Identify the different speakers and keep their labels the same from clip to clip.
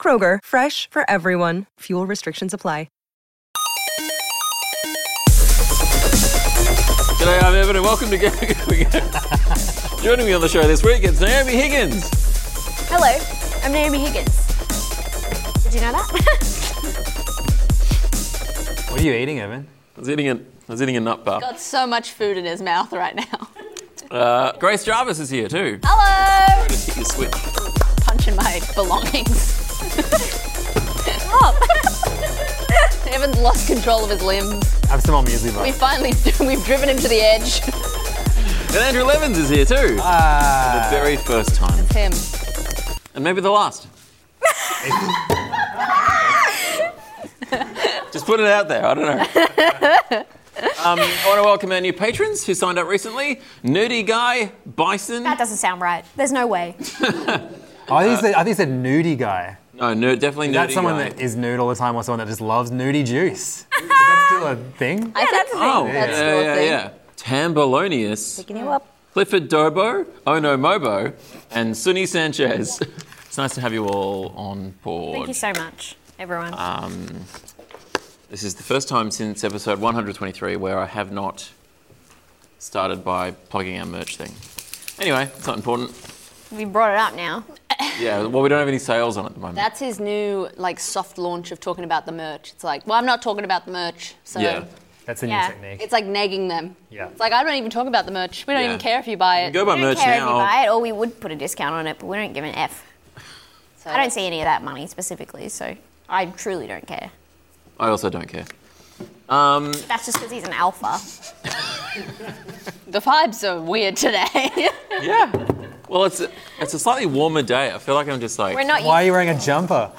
Speaker 1: Kroger, fresh for everyone. Fuel restrictions apply.
Speaker 2: G'day, I'm Evan, and welcome to Go Go Go. Joining me on the show this week it's Naomi Higgins.
Speaker 3: Hello, I'm Naomi Higgins. Did you know that?
Speaker 4: What are you eating, Evan?
Speaker 2: I was eating a, I was eating a nut bar.
Speaker 3: Got so much food in his mouth right now.
Speaker 2: Uh, Grace Jarvis is here too.
Speaker 3: Hello!
Speaker 2: Just hit your switch.
Speaker 3: Punching my belongings. Stop! Evan's lost control of his limbs.
Speaker 4: I'm still on Muesli
Speaker 3: We
Speaker 4: Bar.
Speaker 3: finally, we've driven him to the edge.
Speaker 2: And Andrew Levins is here too.
Speaker 4: Ah.
Speaker 2: the very first time.
Speaker 3: Him.
Speaker 2: And maybe the last. Just put it out there, I don't know. Um, I want to welcome our new patrons who signed up recently. Nerdy Guy, Bison.
Speaker 5: That doesn't sound right. There's no way.
Speaker 4: Oh, I think it's the- I think it's a nudie guy.
Speaker 2: No, ner- definitely Nerdy
Speaker 4: That's someone
Speaker 2: Guy.
Speaker 4: that is nude all the time, or someone that just loves nudie juice. Is that still a thing?
Speaker 3: I think
Speaker 2: Oh,
Speaker 3: that's
Speaker 2: yeah,
Speaker 3: your
Speaker 2: yeah,
Speaker 3: thing.
Speaker 2: yeah. Tambolonius,
Speaker 3: Can you up?
Speaker 2: Clifford Dobo, Ono Mobo, and Sunny Sanchez. It's nice to have you all on board.
Speaker 5: Thank you so much, everyone.
Speaker 2: Um, this is the first time since episode 123 where I have not started by plugging our merch thing. Anyway, it's not important.
Speaker 5: we brought it up now.
Speaker 2: Yeah, well, we don't have any sales on at the moment.
Speaker 3: That's his new like soft launch of talking about the merch. It's like, well, I'm not talking about the merch,
Speaker 5: uh,
Speaker 3: so
Speaker 2: yeah.
Speaker 4: That's a new
Speaker 5: Yeah.
Speaker 4: technique.
Speaker 3: it's like nagging them.
Speaker 4: Yeah.
Speaker 3: It's like I don't even talk about the merch. We don't
Speaker 2: Yeah.
Speaker 3: even care if you buy it.
Speaker 2: Go buy
Speaker 5: We don't
Speaker 2: merch
Speaker 5: care if you
Speaker 2: now.
Speaker 5: buy it, or we would put a discount on it, but we don't give an F.
Speaker 3: So-
Speaker 5: I don't see any of that money specifically, so I truly don't care.
Speaker 2: I also don't care. Um,
Speaker 5: That's just because he's an alpha.
Speaker 3: The vibes are weird today.
Speaker 2: yeah. Well, it's a, it's a slightly warmer day. I feel like I'm just like
Speaker 5: We're not.
Speaker 4: Why are you wearing a jumper?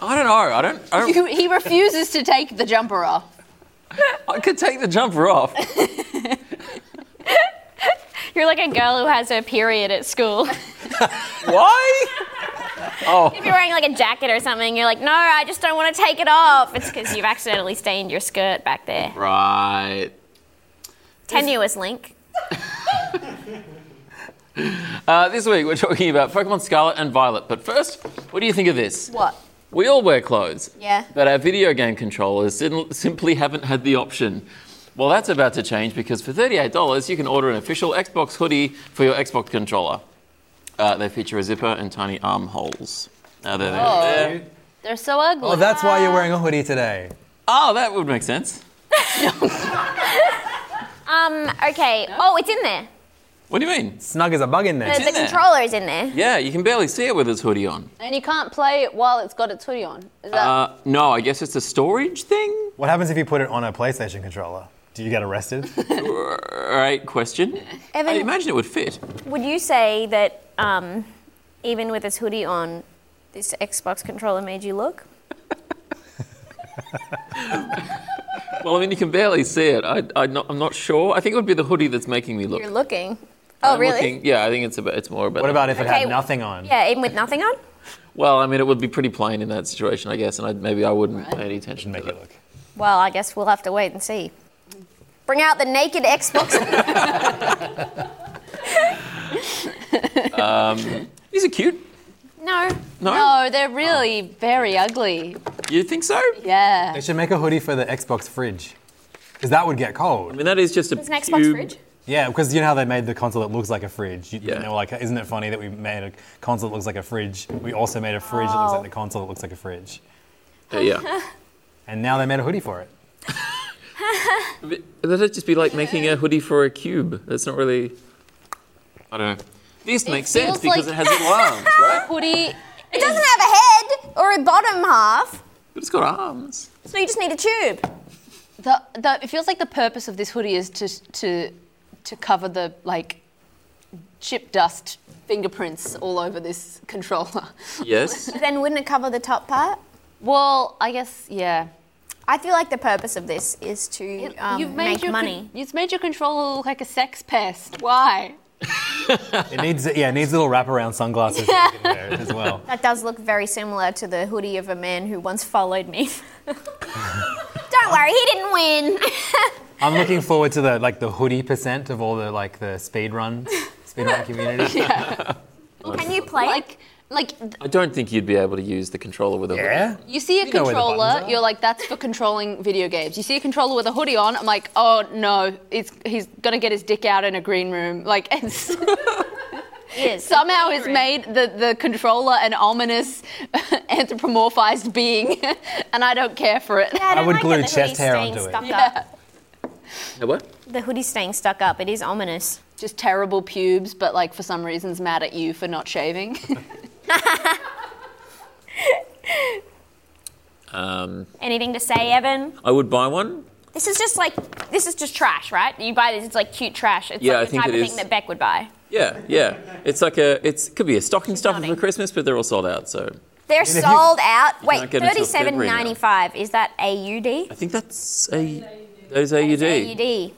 Speaker 2: I don't know. I don't. I, don't,
Speaker 3: You- he refuses to take the jumper off.
Speaker 2: I could take the jumper off.
Speaker 6: You're like a girl who has her period at school.
Speaker 2: Why?
Speaker 6: if you're wearing like a jacket or something, you're like, no, I just don't want to take it off. It's because you've accidentally stained your skirt back there.
Speaker 2: Right.
Speaker 5: Tenuous link.
Speaker 2: Uh, this week we're talking about Pokemon Scarlet and Violet. But first, what do you think of this?
Speaker 3: What?
Speaker 2: We all wear clothes.
Speaker 3: Yeah.
Speaker 2: But our video game controllers sin- simply haven't had the option. Well, that's about to change because for $38 you can order an official Xbox hoodie for your Xbox controller. Uh, they feature a zipper and tiny armholes. Now they're there. There.
Speaker 3: They're so ugly.
Speaker 4: Oh, that's why you're wearing a hoodie today.
Speaker 2: Oh, that would make sense.
Speaker 6: Um, okay. Oh, it's in there.
Speaker 2: What do you mean?
Speaker 4: Snug as a bug in there.
Speaker 2: It's
Speaker 6: The
Speaker 2: in there.
Speaker 6: controller is in there.
Speaker 2: Yeah, you can barely see it with its hoodie on.
Speaker 3: and you can't play it while it's got its hoodie on. Is that?
Speaker 4: Uh-huh.
Speaker 2: Uh, no, I guess it's a storage thing?
Speaker 4: What happens if you put it on a PlayStation controller? Do you get arrested?
Speaker 2: Right question.
Speaker 5: Evan-
Speaker 2: I imagine it would fit.
Speaker 5: Would you say that um, even with his hoodie on, this Xbox controller made you look?
Speaker 2: Well, I mean, you can barely see it. I, I not, I'm not sure. I think it would be the hoodie that's making me look.
Speaker 5: You're looking. Oh,
Speaker 2: I'm
Speaker 5: really?
Speaker 2: looking- yeah, I think it's about, it's more about.
Speaker 4: What
Speaker 2: the
Speaker 4: about if it
Speaker 2: hoodie.
Speaker 4: had
Speaker 5: Okay.
Speaker 4: nothing on?
Speaker 5: Yeah, even with nothing on.
Speaker 2: Well, I mean, it would be pretty plain in that situation, I guess, and I'd, maybe I wouldn't pay any attention
Speaker 4: Make
Speaker 2: to
Speaker 4: it
Speaker 2: that.
Speaker 4: look.
Speaker 5: Well, I guess we'll have to wait and see. Bring out the naked Xbox.
Speaker 2: These are cute.
Speaker 5: no.
Speaker 2: No,
Speaker 3: no, they're really very ugly.
Speaker 2: you think so? I
Speaker 3: Yeah.
Speaker 4: Oh. They should make a hoodie for the Xbox fridge. Because that would get cold.
Speaker 2: mean, that is just a
Speaker 6: It's an Xbox
Speaker 2: cube.
Speaker 6: fridge.
Speaker 4: Yeah, because you know how they made the console that looks like a fridge? You,
Speaker 2: Yeah.
Speaker 4: They were like, isn't it funny that we made a console that looks like a fridge? We also made a fridge
Speaker 5: Oh.
Speaker 4: that looks like the console that looks like a fridge.
Speaker 2: Uh, yeah,
Speaker 4: And now they made a hoodie for it.
Speaker 2: But that'd just be like making a hoodie for a cube. That's not really. I don't know. This makes sense
Speaker 3: feels
Speaker 2: because
Speaker 3: like-
Speaker 2: it has little arms, right?
Speaker 3: Hoodie.
Speaker 5: It doesn't have a head or a bottom half,
Speaker 2: But it's got arms.
Speaker 5: so you just need a tube.
Speaker 3: The, the, it feels like the purpose of this hoodie is to to to cover the like chip dust fingerprints all over this controller.
Speaker 2: Yes.
Speaker 5: Then wouldn't it cover the top part?
Speaker 3: Well, I guess yeah.
Speaker 6: I feel like the purpose of this is to um, make
Speaker 3: your con-
Speaker 6: money.
Speaker 3: it's made your controller look like a sex pest. Why?
Speaker 4: It needs, yeah, it needs little wraparound sunglasses that you can wear as well.
Speaker 6: that does look very similar to the hoodie of a man who once followed me. Don't worry, he didn't win.
Speaker 4: I'm looking forward to the like the hoodie percent of all the like the speed run, speed run community. Yeah,
Speaker 6: Can you play?
Speaker 3: Like, like th-
Speaker 2: I don't think you'd be able to use the controller with a
Speaker 3: you see a
Speaker 4: You know where the buttons
Speaker 3: controller,
Speaker 4: are.
Speaker 3: you're like, that's for controlling video games. You see a controller with a hoodie on, I'm like, oh no, it's he's gonna get his dick out in a green room. Like, and s-
Speaker 6: Yes.
Speaker 3: somehow it's made the the controller an ominous anthropomorphized being, and I don't care for it.
Speaker 6: I, don't
Speaker 4: would
Speaker 6: like
Speaker 4: glue
Speaker 6: that the
Speaker 4: chest
Speaker 6: hoodie's
Speaker 4: hair
Speaker 6: staying
Speaker 4: onto it.
Speaker 6: stuck
Speaker 3: Yeah.
Speaker 6: up.
Speaker 2: A what?
Speaker 6: The hoodie's staying stuck up. It is ominous.
Speaker 3: Just terrible pubes, but like for some reason's mad at you for not shaving.
Speaker 2: Um,
Speaker 6: Anything to say, Evan?
Speaker 2: I would buy one.
Speaker 6: This is just like this is just trash, right? You buy this, it's like cute trash. It's
Speaker 2: Yeah,
Speaker 6: like
Speaker 2: I
Speaker 6: the
Speaker 2: think
Speaker 6: type
Speaker 2: it
Speaker 6: of
Speaker 2: is.
Speaker 6: thing that Beck would buy.
Speaker 2: Yeah, yeah. It's like a, it's could be a stocking stuffer for
Speaker 6: nodding.
Speaker 2: Christmas, but they're all sold out. So
Speaker 6: They're
Speaker 4: if you-
Speaker 6: sold out. Wait,
Speaker 2: can't get until
Speaker 6: thirty-seven
Speaker 2: February now.
Speaker 6: ninety-five. Is that AUD?
Speaker 2: I think that's a, those AUD.
Speaker 6: AUD.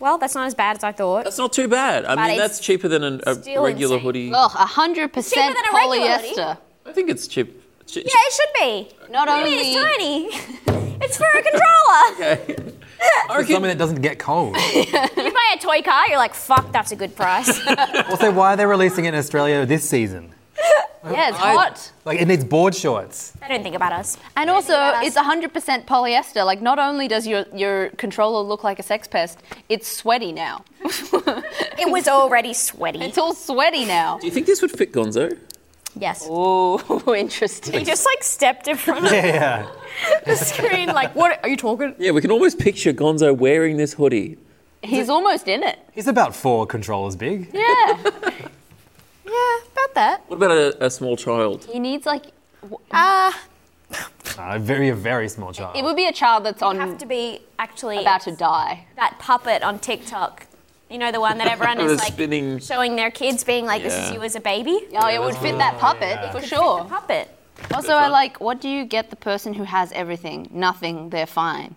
Speaker 6: Well, that's not as bad as I thought.
Speaker 2: That's not too bad. I mean,
Speaker 6: it's
Speaker 2: that's cheaper than an, a
Speaker 6: still
Speaker 2: regular
Speaker 6: insane.
Speaker 2: hoodie.
Speaker 3: Ugh, hundred
Speaker 6: Cheaper
Speaker 3: percent
Speaker 6: than a regular hoodie.
Speaker 3: polyester.
Speaker 2: I think it's cheap. cheap
Speaker 6: yeah, it should be.
Speaker 3: Not
Speaker 6: What do you
Speaker 3: only
Speaker 6: mean it's tiny. it's for a controller.
Speaker 2: I reckon-
Speaker 4: Something that doesn't get cold.
Speaker 6: you buy a toy car, you're like, fuck, that's a good price.
Speaker 4: also, why are they releasing it in Australia this season?
Speaker 3: Yeah, it's hot.
Speaker 4: Like, it needs board shorts.
Speaker 6: I don't think about us.
Speaker 3: And also,
Speaker 6: about us.
Speaker 3: it's 100% polyester. Like, not only does your, your controller look like a sex pest, it's sweaty now.
Speaker 6: It was already sweaty.
Speaker 3: It's all sweaty now.
Speaker 2: Do you think this would fit Gonzo?
Speaker 6: Yes.
Speaker 3: Oh, interesting.
Speaker 6: He just like stepped in front of
Speaker 4: Yeah,
Speaker 6: the screen, like, what are you talking?
Speaker 2: Yeah, we can almost picture Gonzo wearing this hoodie.
Speaker 3: He's almost in it.
Speaker 4: he's about four controllers big.
Speaker 3: Yeah.
Speaker 6: Yeah, about that.
Speaker 2: What about a, a small child?
Speaker 3: he needs, like,
Speaker 6: Uh,
Speaker 4: Uh, very, a very small child.
Speaker 3: it would be a child that's on
Speaker 6: have to be actually
Speaker 3: about to die.
Speaker 6: that puppet on TikTok. You know the one that everyone
Speaker 2: Or a
Speaker 6: is like
Speaker 2: spinning.
Speaker 6: showing their kids, being like, "This is
Speaker 2: Yeah.
Speaker 6: you as a baby."
Speaker 3: Oh, it would fit that puppet, for sure.
Speaker 6: Puppet.
Speaker 3: Also, I like, what do you get the person who has everything? Nothing, they're fine.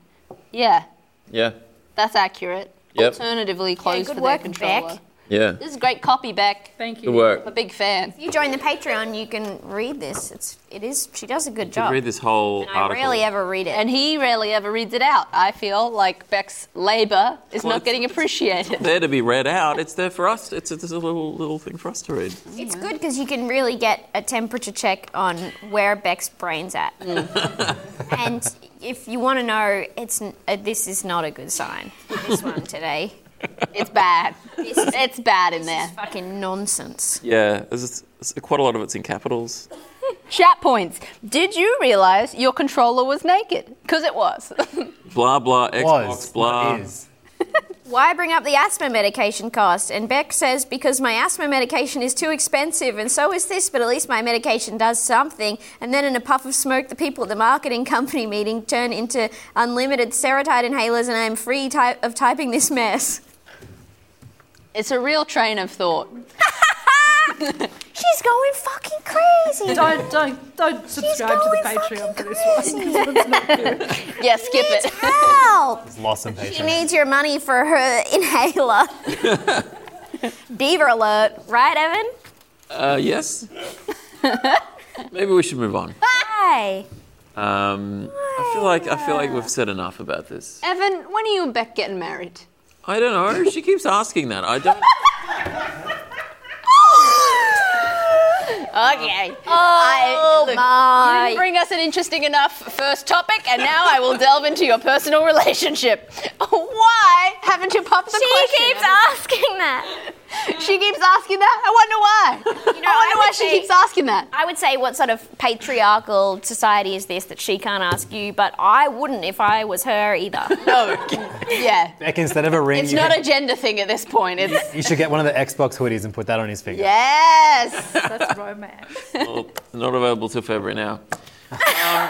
Speaker 3: Yeah,
Speaker 2: Yeah,
Speaker 3: that's accurate.
Speaker 2: Yep.
Speaker 3: Alternatively, closed
Speaker 6: good
Speaker 3: for
Speaker 6: work,
Speaker 3: their controller.
Speaker 6: Beck.
Speaker 2: yeah.
Speaker 3: This is great copy, Beck.
Speaker 5: Thank
Speaker 2: Good
Speaker 5: you.
Speaker 2: work.
Speaker 3: I'm a big fan.
Speaker 6: You join the Patreon, you can read this. It's it is. She does a good
Speaker 2: You
Speaker 6: job.
Speaker 2: read this whole
Speaker 6: And I
Speaker 2: article.
Speaker 6: rarely ever read it.
Speaker 3: And he rarely ever reads it out. I feel like Beck's labor is
Speaker 2: Well,
Speaker 3: not getting appreciated.
Speaker 2: there to be read out. It's there for us. It's, it's a little little thing for us to read.
Speaker 6: it's good because you can really get a temperature check on where Beck's brain's at. and if you want to know, it's n- uh, this is not a good sign. This one today.
Speaker 3: It's bad. It's bad in there.
Speaker 6: It's fucking nonsense.
Speaker 2: Yeah, there's, there's quite a lot of it's in capitals.
Speaker 3: Chat points. Did you realize your controller was naked? Because it was.
Speaker 2: Blah blah Xbox
Speaker 4: was
Speaker 2: blah.
Speaker 4: not is.
Speaker 6: Why bring up the asthma medication cost? And Beck says, because my asthma medication is too expensive, and so is this, but at least my medication does something. And then in a puff of smoke, the people at the marketing company meeting turn into unlimited serotide inhalers, and I am free ty- of typing this mess.
Speaker 3: It's a real train of thought.
Speaker 6: She's going fucking crazy.
Speaker 5: Don't don't don't subscribe to the
Speaker 6: going
Speaker 5: Patreon for this one.
Speaker 3: Yeah, skip it.
Speaker 6: Help!
Speaker 4: Lost some
Speaker 6: She
Speaker 4: patron.
Speaker 6: needs your money for her inhaler. Diva alert, right, Evan?
Speaker 2: Uh, yes. Maybe we should move on.
Speaker 6: Hi.
Speaker 2: Um, I feel like I feel like we've said enough about this.
Speaker 3: Evan, when are you and Beck getting married?
Speaker 2: I don't know. She keeps asking that. I don't.
Speaker 3: Okay.
Speaker 6: Oh my!
Speaker 3: You bring us an interesting enough first topic, and now I will delve into your personal relationship. Why haven't you popped the
Speaker 6: She
Speaker 3: question?
Speaker 6: keeps asking that.
Speaker 3: She keeps asking that. I wonder why.
Speaker 6: You know,
Speaker 3: I wonder
Speaker 6: I
Speaker 3: why
Speaker 6: would
Speaker 3: she
Speaker 6: say-
Speaker 3: keeps asking that.
Speaker 6: I would say, what sort of patriarchal society is this that she can't ask you? But I wouldn't if I was her either.
Speaker 3: No. yeah.
Speaker 4: Beck, instead of a ring,
Speaker 3: It's
Speaker 4: you,
Speaker 3: not
Speaker 4: can-
Speaker 3: a gender thing at this point. It's
Speaker 4: you should get one of the Xbox hoodies and put that on his finger.
Speaker 3: yes.
Speaker 5: That's romance.
Speaker 2: Well, not available till February now. Um,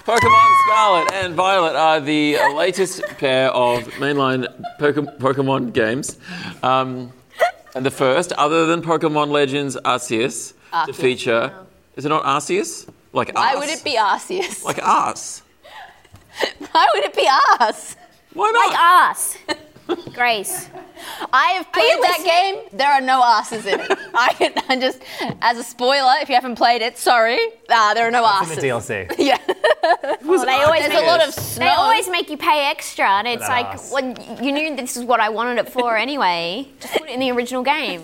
Speaker 2: Pokemon Scarlet and Violet are the latest pair of mainline Poke- Pokemon games. Um, and the first, other than Pokemon Legends Arceus, to feature. Is it not Arceus? Like
Speaker 3: Why
Speaker 2: us.
Speaker 3: would it be arseous?
Speaker 2: Like us.
Speaker 3: Why would it be arse?
Speaker 2: Why not?
Speaker 6: Us. Grace.
Speaker 3: I have played that game. There are no asses in it. I can I just, as a spoiler, if you haven't played it, sorry. Ah, there are no
Speaker 4: in
Speaker 3: asses.
Speaker 4: the DLC.
Speaker 3: Yeah.
Speaker 6: Well, they always
Speaker 3: There's
Speaker 6: make
Speaker 3: a lot
Speaker 6: you-
Speaker 3: of
Speaker 6: They
Speaker 3: snow.
Speaker 6: always make you pay extra, and it's
Speaker 4: that
Speaker 6: like,
Speaker 4: ass.
Speaker 6: well, you knew this is what I wanted it for anyway. Just put it in the original game.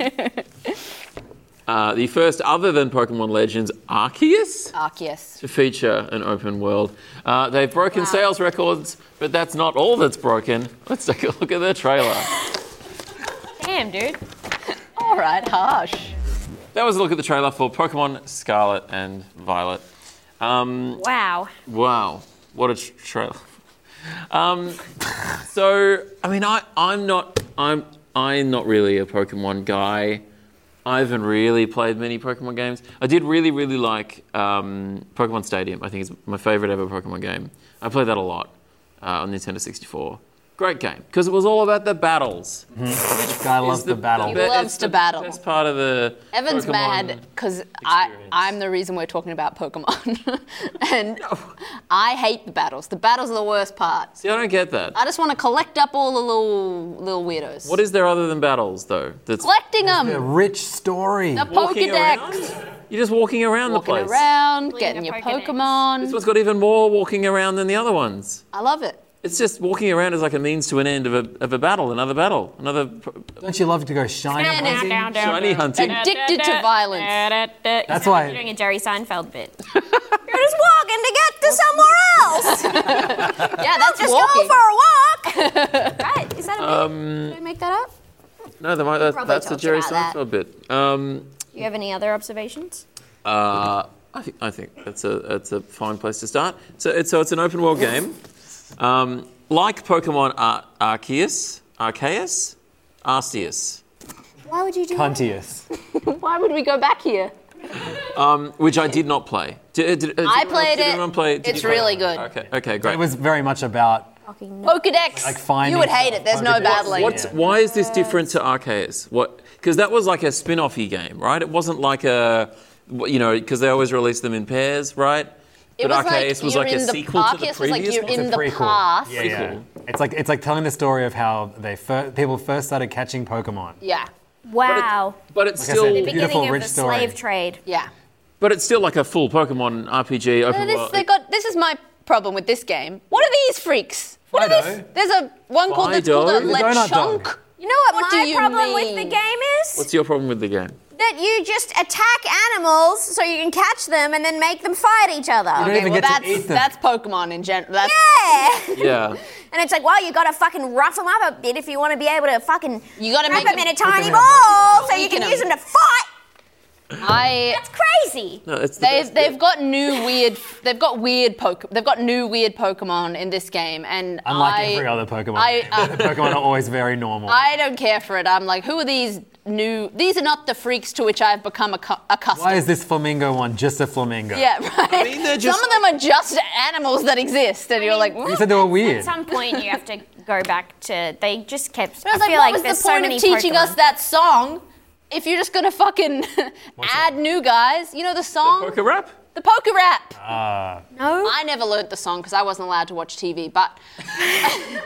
Speaker 2: Uh, the first, other than Pokemon Legends, Arceus
Speaker 3: Arceus.
Speaker 2: to feature an open world. Uh, they've broken sales records, but that's not all that's broken. Let's take a look at the trailer.
Speaker 6: Damn, dude.
Speaker 3: All right, harsh.
Speaker 2: that was a look at the trailer for Pokemon Scarlet and Violet. Um,
Speaker 6: Wow.
Speaker 2: Wow, what a tr- trailer! Um, so, I mean, I, I'm not, I'm, I'm not really a Pokemon guy. I haven't really played many Pokemon games. I did really, really like um, Pokemon Stadium. I think it's my favorite ever Pokemon game. I played that a lot uh, on Nintendo 64. Great game because it was all about the battles.
Speaker 4: Guy loves
Speaker 2: It's
Speaker 4: the, battle.
Speaker 2: be-
Speaker 3: loves
Speaker 2: it's
Speaker 3: to battle.
Speaker 2: That's part of the.
Speaker 3: Evan's
Speaker 2: Pokemon-
Speaker 3: mad because I
Speaker 2: experience.
Speaker 3: I'm the reason we're talking about Pokemon, and I hate the battles. The battles are the worst part.
Speaker 2: See, I don't get that.
Speaker 3: I just want to collect up all the little little weirdos.
Speaker 2: What is there other than battles, though? That's
Speaker 3: collecting
Speaker 4: a
Speaker 3: them?
Speaker 4: rich story.
Speaker 3: The
Speaker 2: walking around?
Speaker 3: Pokedex,
Speaker 2: You're just walking around
Speaker 3: walking
Speaker 2: the place.
Speaker 3: around,
Speaker 6: Pulling
Speaker 3: getting
Speaker 6: a
Speaker 3: your
Speaker 6: Pokedex.
Speaker 3: Pokemon.
Speaker 2: This one's got even more walking around than the other ones.
Speaker 3: I love it.
Speaker 2: It's just walking around is like a means to an end of a, of a battle, another battle, another p-
Speaker 4: Don't you love to go shiny?
Speaker 3: Scanning.
Speaker 4: hunting?
Speaker 6: Down, down,
Speaker 2: shiny
Speaker 6: down.
Speaker 2: hunting.
Speaker 3: Addicted to violence.
Speaker 4: That's
Speaker 6: That's
Speaker 4: why-
Speaker 6: why you're doing a Jerry Seinfeld bit.
Speaker 5: You're just walking to get to somewhere else.
Speaker 3: Yeah, that's
Speaker 5: Just
Speaker 3: walking.
Speaker 5: go for a walk. right? Is that a bit? Did I make that up?
Speaker 2: No, the, that, that's the
Speaker 5: talked
Speaker 2: Jerry
Speaker 5: about that.
Speaker 2: Seinfeld bit. Um,
Speaker 5: Do you have any other observations?
Speaker 2: uh, I, think, I think that's a, that's a fine place to start. So it's, so it's an open world game. Um, like Pokemon Ar- Arceus, Arceus, Arceus,
Speaker 5: Why would you do that?
Speaker 4: Huntius.
Speaker 3: Why would we go back here?
Speaker 2: which I did not play. Did, did, uh, did
Speaker 3: I
Speaker 2: everyone-
Speaker 3: played
Speaker 2: did
Speaker 3: it.
Speaker 2: Everyone play, did
Speaker 3: It's
Speaker 2: you play
Speaker 3: really
Speaker 2: it?
Speaker 3: good.
Speaker 2: Okay, okay, great.
Speaker 4: It was very much about
Speaker 3: Pokedex.
Speaker 4: Like finding
Speaker 3: you would hate it. There's no
Speaker 4: Pokedex.
Speaker 3: battling.
Speaker 2: What's,
Speaker 4: Yeah.
Speaker 2: Why is this different to Arceus? What? Because that was like a spin-offy game, right? It wasn't like a, you know, because they always release them in pairs, right?
Speaker 3: It
Speaker 2: but Arceus was
Speaker 3: you're
Speaker 2: like a
Speaker 3: in the-
Speaker 2: sequel to the
Speaker 3: Arceus was like
Speaker 2: previous
Speaker 3: you're
Speaker 2: one?
Speaker 3: in
Speaker 4: It's a
Speaker 3: the
Speaker 4: prequel.
Speaker 3: past.
Speaker 4: yeah,
Speaker 2: Sequel.
Speaker 4: yeah. It's like it's like telling the story of how they fir- people first started catching Pokemon.
Speaker 3: Yeah.
Speaker 6: Wow.
Speaker 2: But it's
Speaker 4: Like I said,
Speaker 2: still,
Speaker 4: the
Speaker 6: Beginning
Speaker 4: Beautiful,
Speaker 6: of
Speaker 4: rich
Speaker 6: the
Speaker 4: story.
Speaker 6: slave trade.
Speaker 3: Yeah.
Speaker 2: but it's still like a full Pokemon RPG
Speaker 3: So
Speaker 2: open
Speaker 3: this,
Speaker 2: world.
Speaker 3: they got, this is my problem with this game. What are these freaks? What are
Speaker 4: Fido.
Speaker 3: these? There's a one called that's called a
Speaker 2: Fido. The
Speaker 4: donut
Speaker 3: lechonk.
Speaker 4: dog.
Speaker 5: You know what,
Speaker 3: What do
Speaker 5: my
Speaker 3: you
Speaker 5: problem
Speaker 3: mean?
Speaker 5: with the game is?
Speaker 2: What's your problem with the game?
Speaker 5: that you just attack animals so you can catch them and then make them fight each other.
Speaker 4: don't
Speaker 3: Okay,
Speaker 4: even
Speaker 3: well
Speaker 4: get to
Speaker 3: that's
Speaker 4: eat them.
Speaker 3: that's Pokemon in general. That's
Speaker 5: Yeah.
Speaker 2: Yeah,
Speaker 5: And it's like, well, you gotta fucking rough them up a bit if you want to be able to fucking
Speaker 3: You gotta
Speaker 5: wrap
Speaker 3: make
Speaker 5: them in
Speaker 3: them-
Speaker 5: a tiny
Speaker 4: them in a
Speaker 5: ball so
Speaker 3: Weaken
Speaker 5: you can
Speaker 3: them.
Speaker 5: use them to fight.
Speaker 3: I.
Speaker 5: It's crazy.
Speaker 2: no, it's the
Speaker 3: They've
Speaker 2: best
Speaker 3: they've
Speaker 2: bit.
Speaker 3: got new weird they've got weird poke they've got new weird Pokemon in this game and
Speaker 4: Unlike
Speaker 3: I,
Speaker 4: every other Pokemon,
Speaker 3: I,
Speaker 4: game.
Speaker 3: uh,
Speaker 4: the Pokemon are always very normal.
Speaker 3: I don't care for it. I'm like, who are these new? These are not the freaks to which I've become accu- accustomed.
Speaker 4: Why is this flamingo one just a flamingo?
Speaker 3: Yeah, right.
Speaker 2: I mean, they're just-
Speaker 3: Some of them are just animals that exist, and you're like,
Speaker 4: You
Speaker 3: what?
Speaker 4: said they were weird.
Speaker 6: At some point, you have to go back to. They just kept.
Speaker 3: I was
Speaker 6: I
Speaker 3: like,
Speaker 6: feel
Speaker 3: what
Speaker 6: like
Speaker 3: was
Speaker 6: there's
Speaker 3: the
Speaker 6: so
Speaker 3: point
Speaker 6: many
Speaker 3: of teaching
Speaker 6: Pokemon.
Speaker 3: us that song if you're just gonna fucking add new guys? You know the song,
Speaker 2: Poker rap.
Speaker 3: the poker rap.
Speaker 2: Ah.
Speaker 6: No.
Speaker 3: I never learnt the song because I wasn't allowed to watch TV, but
Speaker 4: Were you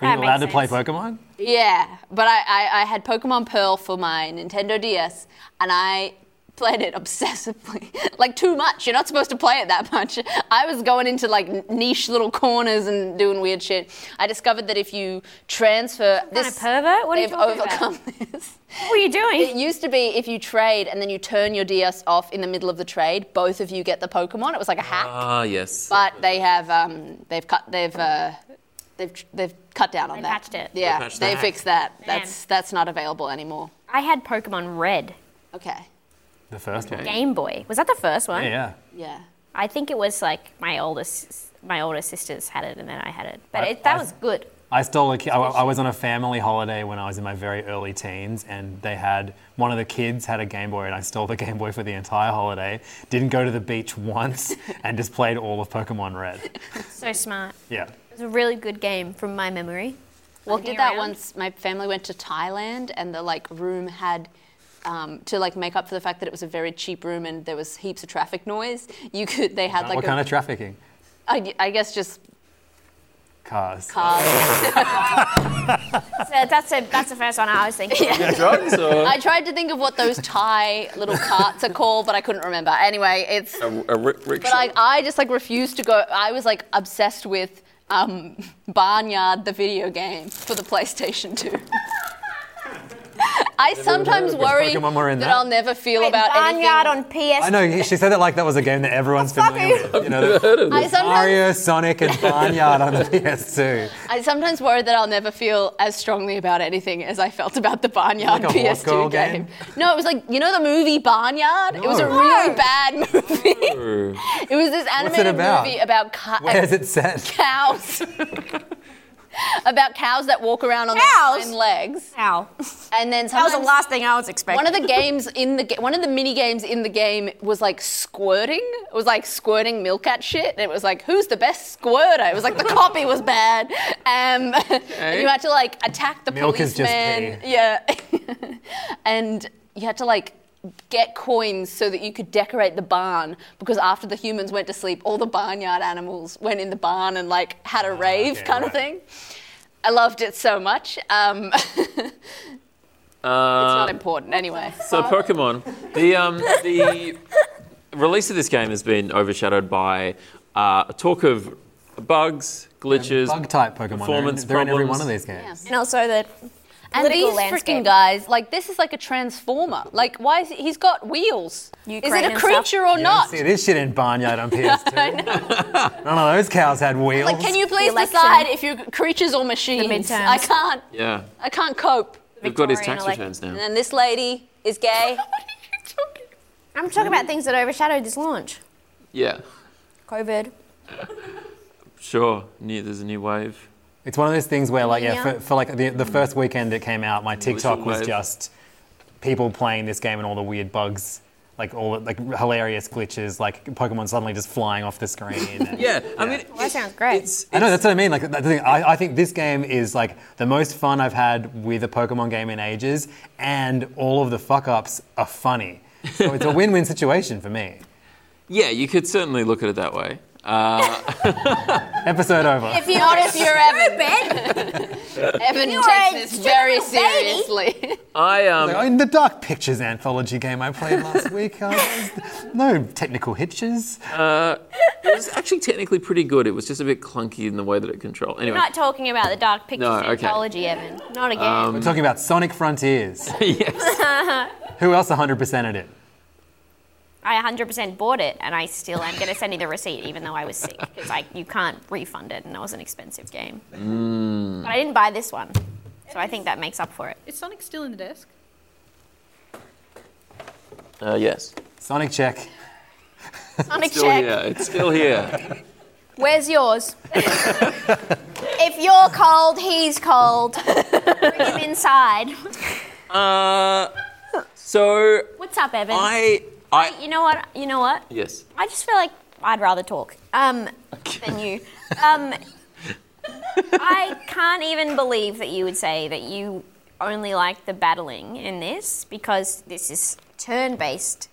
Speaker 6: That
Speaker 4: allowed to
Speaker 6: makes
Speaker 4: play
Speaker 6: sense.
Speaker 4: Pokemon?
Speaker 3: yeah, but I, I, I had Pokemon Pearl for my Nintendo DS, and I played it obsessively, like too much. You're not supposed to play it that much. I was going into like niche little corners and doing weird shit. I discovered that if you transfer
Speaker 6: Kind
Speaker 3: this
Speaker 6: of pervert. What are you
Speaker 3: they've
Speaker 6: talking about?
Speaker 3: overcome this.
Speaker 6: What were you
Speaker 3: It
Speaker 6: doing?
Speaker 3: used to be if you trade and then you turn your DS off in the middle of the trade, both of you get the Pokemon. It was like a hack,
Speaker 2: Ah, yes.
Speaker 3: but they have um, they've cut they've uh, they've tr- they've cut down on
Speaker 6: They
Speaker 3: that.
Speaker 6: patched it. They
Speaker 3: Yeah,
Speaker 2: patched the
Speaker 3: they
Speaker 2: hack.
Speaker 3: fixed that. That's that's not available anymore.
Speaker 6: I had Pokemon Red,
Speaker 3: Okay,
Speaker 4: The first one.
Speaker 6: Game Boy. Was that the first one?
Speaker 4: Yeah, yeah.
Speaker 3: yeah.
Speaker 6: I think it was like my oldest, my older sisters had it, and then I had it. But
Speaker 4: I-
Speaker 6: it, that
Speaker 4: I-
Speaker 6: was good.
Speaker 4: I stole a ki- I, I was on a family holiday when I was in my very early teens, and they had one of the kids had a Game Boy, and I stole the Game Boy for the entire holiday. Didn't go to the beach once, and just played all of Pokemon Red.
Speaker 6: So smart.
Speaker 4: Yeah.
Speaker 6: It was a really good game from my memory.
Speaker 3: I
Speaker 6: Walking
Speaker 3: did that
Speaker 6: around.
Speaker 3: once. My family went to Thailand, and the like room had um, to like make up for the fact that it was a very cheap room and there was heaps of traffic noise. You could they had like
Speaker 4: what
Speaker 3: a-
Speaker 4: kind of trafficking?
Speaker 3: I, I guess just
Speaker 4: Cars.
Speaker 3: cars.
Speaker 6: So that's a, that's the first one I was thinking.
Speaker 2: Drugs or
Speaker 3: I tried to think of what those Thai little carts are called, but I couldn't remember. Anyway, it's
Speaker 2: a, a ri- rickshaw?
Speaker 3: But I, I just like refused to go. I was like obsessed with um, Barnyard, the video game for the PlayStation 2. I sometimes worry
Speaker 4: Pokemon were in
Speaker 3: that,
Speaker 4: that?
Speaker 3: I'll never feel
Speaker 6: Wait,
Speaker 3: about
Speaker 6: Barnyard
Speaker 3: anything.
Speaker 6: on PS.
Speaker 4: I know she said it like that was a game that everyone's familiar with. You know, the
Speaker 3: I sometimes,
Speaker 4: Mario, Sonic, and Barnyard on the PS2.
Speaker 3: I sometimes worry that I'll never feel as strongly about anything as I felt about the Barnyard
Speaker 4: Like a horse girl
Speaker 3: PS2 game.
Speaker 4: game?
Speaker 3: No, it was like you know the movie Barnyard. It was a
Speaker 4: No.
Speaker 3: really bad movie. it was this animated
Speaker 4: about?
Speaker 3: movie about ca-
Speaker 4: Where's it set?
Speaker 3: cows. about cows that walk around on
Speaker 5: Cows?
Speaker 3: their hind legs.
Speaker 5: Ow.
Speaker 3: And then
Speaker 5: That was the
Speaker 3: sometimes-
Speaker 5: last thing I was expecting.
Speaker 3: One of the games in the ga- one of the mini games in the game was like squirting. It was like squirting milk at shit. And it was like who's the best squirter? It was like the copy was bad. Um, and you had to like attack the
Speaker 4: Milk is just
Speaker 3: policeman.
Speaker 4: pee.
Speaker 3: yeah, and you had to like. Get coins so that you could decorate the barn because after the humans went to sleep, all the barnyard animals went in the barn and like had a rave
Speaker 4: Ah, okay,
Speaker 3: kind of
Speaker 4: right.
Speaker 3: thing. I loved it so much. Um, it's
Speaker 4: Um,
Speaker 3: not important anyway.
Speaker 2: So Pokemon, the um, the release of this game has been overshadowed by uh, talk of bugs, glitches,
Speaker 4: Bug type Pokemon. They're in,
Speaker 2: performance
Speaker 4: they're in every one
Speaker 2: problems.
Speaker 4: of these games.
Speaker 6: And also the
Speaker 3: And
Speaker 6: political
Speaker 3: these
Speaker 6: landscape.
Speaker 3: freaking guys, like this is like a transformer. Like why is he, he's got wheels?
Speaker 6: Ukraine
Speaker 3: is it a
Speaker 6: and stuff.
Speaker 3: creature or
Speaker 4: You don't
Speaker 3: not?
Speaker 4: see this shit in Barnyard on PS2. None of those cows had wheels.
Speaker 3: Like can you please
Speaker 6: election.
Speaker 3: decide if you're creatures or machines?
Speaker 6: midterms.
Speaker 3: I can't.
Speaker 2: Yeah,
Speaker 3: I can't cope.
Speaker 2: we've got his
Speaker 6: Victorian
Speaker 2: tax
Speaker 6: elect-
Speaker 2: returns
Speaker 3: And
Speaker 2: now.
Speaker 3: then this lady is gay.
Speaker 5: I'm talking about things that overshadowed this launch.
Speaker 2: Yeah,
Speaker 5: COVID.
Speaker 2: sure. New, there's a new wave.
Speaker 4: It's one of those things where, like, yeah,
Speaker 5: Yeah.
Speaker 4: for, for like the, the first weekend it came out, my TikTok was
Speaker 2: wave.
Speaker 4: just people playing this game and all the weird bugs, like all the, like hilarious glitches, like Pokemon suddenly just flying off the screen. and-
Speaker 2: Yeah, I mean,
Speaker 5: That sounds great.
Speaker 4: I know that's what I mean. Like that's the thing. I, I think this game is like the most fun I've had with a Pokemon game in ages, and all of the fuck ups are funny. So it's a win-win situation for me.
Speaker 2: yeah, you could certainly look at it that way. Uh,
Speaker 4: Episode over.
Speaker 3: If you not if you're Evan. Evan takes this very seriously.
Speaker 2: I um,
Speaker 4: Like, in the Dark Pictures anthology game I played last week, uh, there's no technical hitches.
Speaker 2: it was actually technically pretty good. It was just a bit clunky in the way that it controlled. Anyway,
Speaker 6: We're not talking about the dark pictures
Speaker 2: No, okay.
Speaker 6: anthology, Evan. Not again.
Speaker 4: We're talking about Sonic Frontiers.
Speaker 2: yes,
Speaker 4: Who else 100%ed it?
Speaker 6: I 100% bought it, and I still am going to send you the receipt, even though I was sick, because like you can't refund it, and that was an expensive game. But I didn't buy this one, so I think that makes up for it.
Speaker 7: Is Sonic still in the desk?
Speaker 2: uh, yes.
Speaker 4: Sonic check.
Speaker 6: Sonic
Speaker 2: Still here. It's still here.
Speaker 5: Where's yours? if you're cold, he's cold.
Speaker 6: Bring him inside.
Speaker 2: Uh, so
Speaker 6: What's up, Evan?
Speaker 2: I, I
Speaker 6: you know what? You know what?
Speaker 2: yes.
Speaker 6: I just feel like I'd rather talk um, than you. Um, I can't even believe that you would say that you only like the battling in this because this is
Speaker 5: Turn-based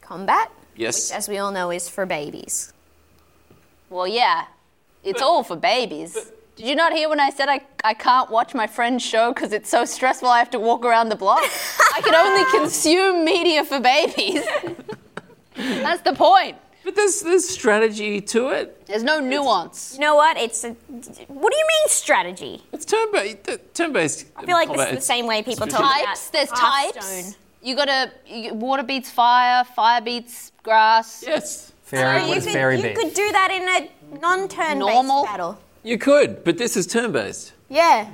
Speaker 5: combat,
Speaker 2: Yes.
Speaker 5: as we all know, is for babies.
Speaker 3: Well, yeah, it's all for babies. Did you not hear when I said I, I can't watch my friend's show because it's so stressful I have to walk around the block? I can only consume media for babies. That's the point.
Speaker 2: But there's there's strategy to it.
Speaker 3: There's no nuance.
Speaker 6: You know what? It's a, what do you mean strategy?
Speaker 2: It's uh, turn based. Turn based.
Speaker 6: I feel like this is the same way people talk about
Speaker 3: Types, there's
Speaker 6: Hearthstone.
Speaker 3: types. You gotta, you, water beats fire, fire beats grass.
Speaker 2: Yes,
Speaker 4: Fairy,
Speaker 6: Oh, You
Speaker 4: what is
Speaker 6: could-
Speaker 4: fairy
Speaker 6: you
Speaker 4: beat?
Speaker 6: could do that in a non-turn
Speaker 3: Normal.
Speaker 6: battle.
Speaker 2: you could, but this is turn based.
Speaker 5: Yeah.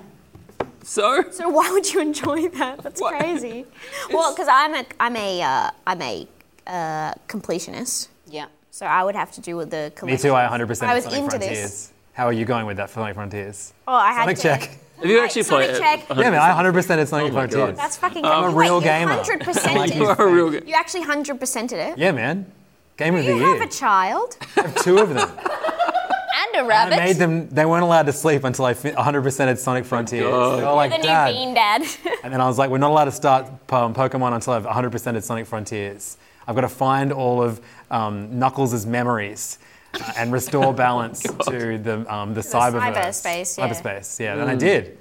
Speaker 2: So
Speaker 6: So why would you enjoy that? That's
Speaker 2: What?
Speaker 6: crazy.
Speaker 5: Well, because I'm a I'm a uh, I'm a uh, completionist,
Speaker 3: Yeah.
Speaker 5: so I would have to do with the.
Speaker 4: Me too, I 100%
Speaker 5: I was
Speaker 4: Sonic
Speaker 5: into this.
Speaker 4: Frontiers. How are you going with that for Sonic Frontiers?
Speaker 6: Oh, I had
Speaker 4: Sonic
Speaker 6: to.
Speaker 4: check.
Speaker 2: have you actually
Speaker 6: Sonic
Speaker 2: played it?
Speaker 6: check.
Speaker 4: Yeah, man, I 100% it's Sonic
Speaker 2: Oh my
Speaker 4: Frontiers.
Speaker 2: God.
Speaker 6: That's fucking.
Speaker 4: I'm a real gamer.
Speaker 6: Hundred
Speaker 4: Like
Speaker 6: percent.
Speaker 4: you.
Speaker 2: You are a real good.
Speaker 5: You actually hundred percented it.
Speaker 4: Yeah, man. Game of
Speaker 5: You
Speaker 4: the year.
Speaker 5: have a child.
Speaker 4: Two of them.
Speaker 3: And Panda
Speaker 4: And
Speaker 3: rabbit.
Speaker 4: I made them. They weren't allowed to sleep until I fi- 100%ed Sonic Frontiers.
Speaker 2: Oh God.
Speaker 4: They were like,
Speaker 6: the new
Speaker 4: Dad.
Speaker 6: bean dad.
Speaker 4: And then I was like, we're not allowed to start um, Pokemon until I've 100%ed Sonic Frontiers. I've got to find all of um, Knuckles' memories uh, and
Speaker 2: Oh
Speaker 4: restore balance to the, um, the, cyberverse.
Speaker 6: cyberspace, yeah.
Speaker 4: Cyberspace, yeah.
Speaker 2: Hmm.
Speaker 4: And I did.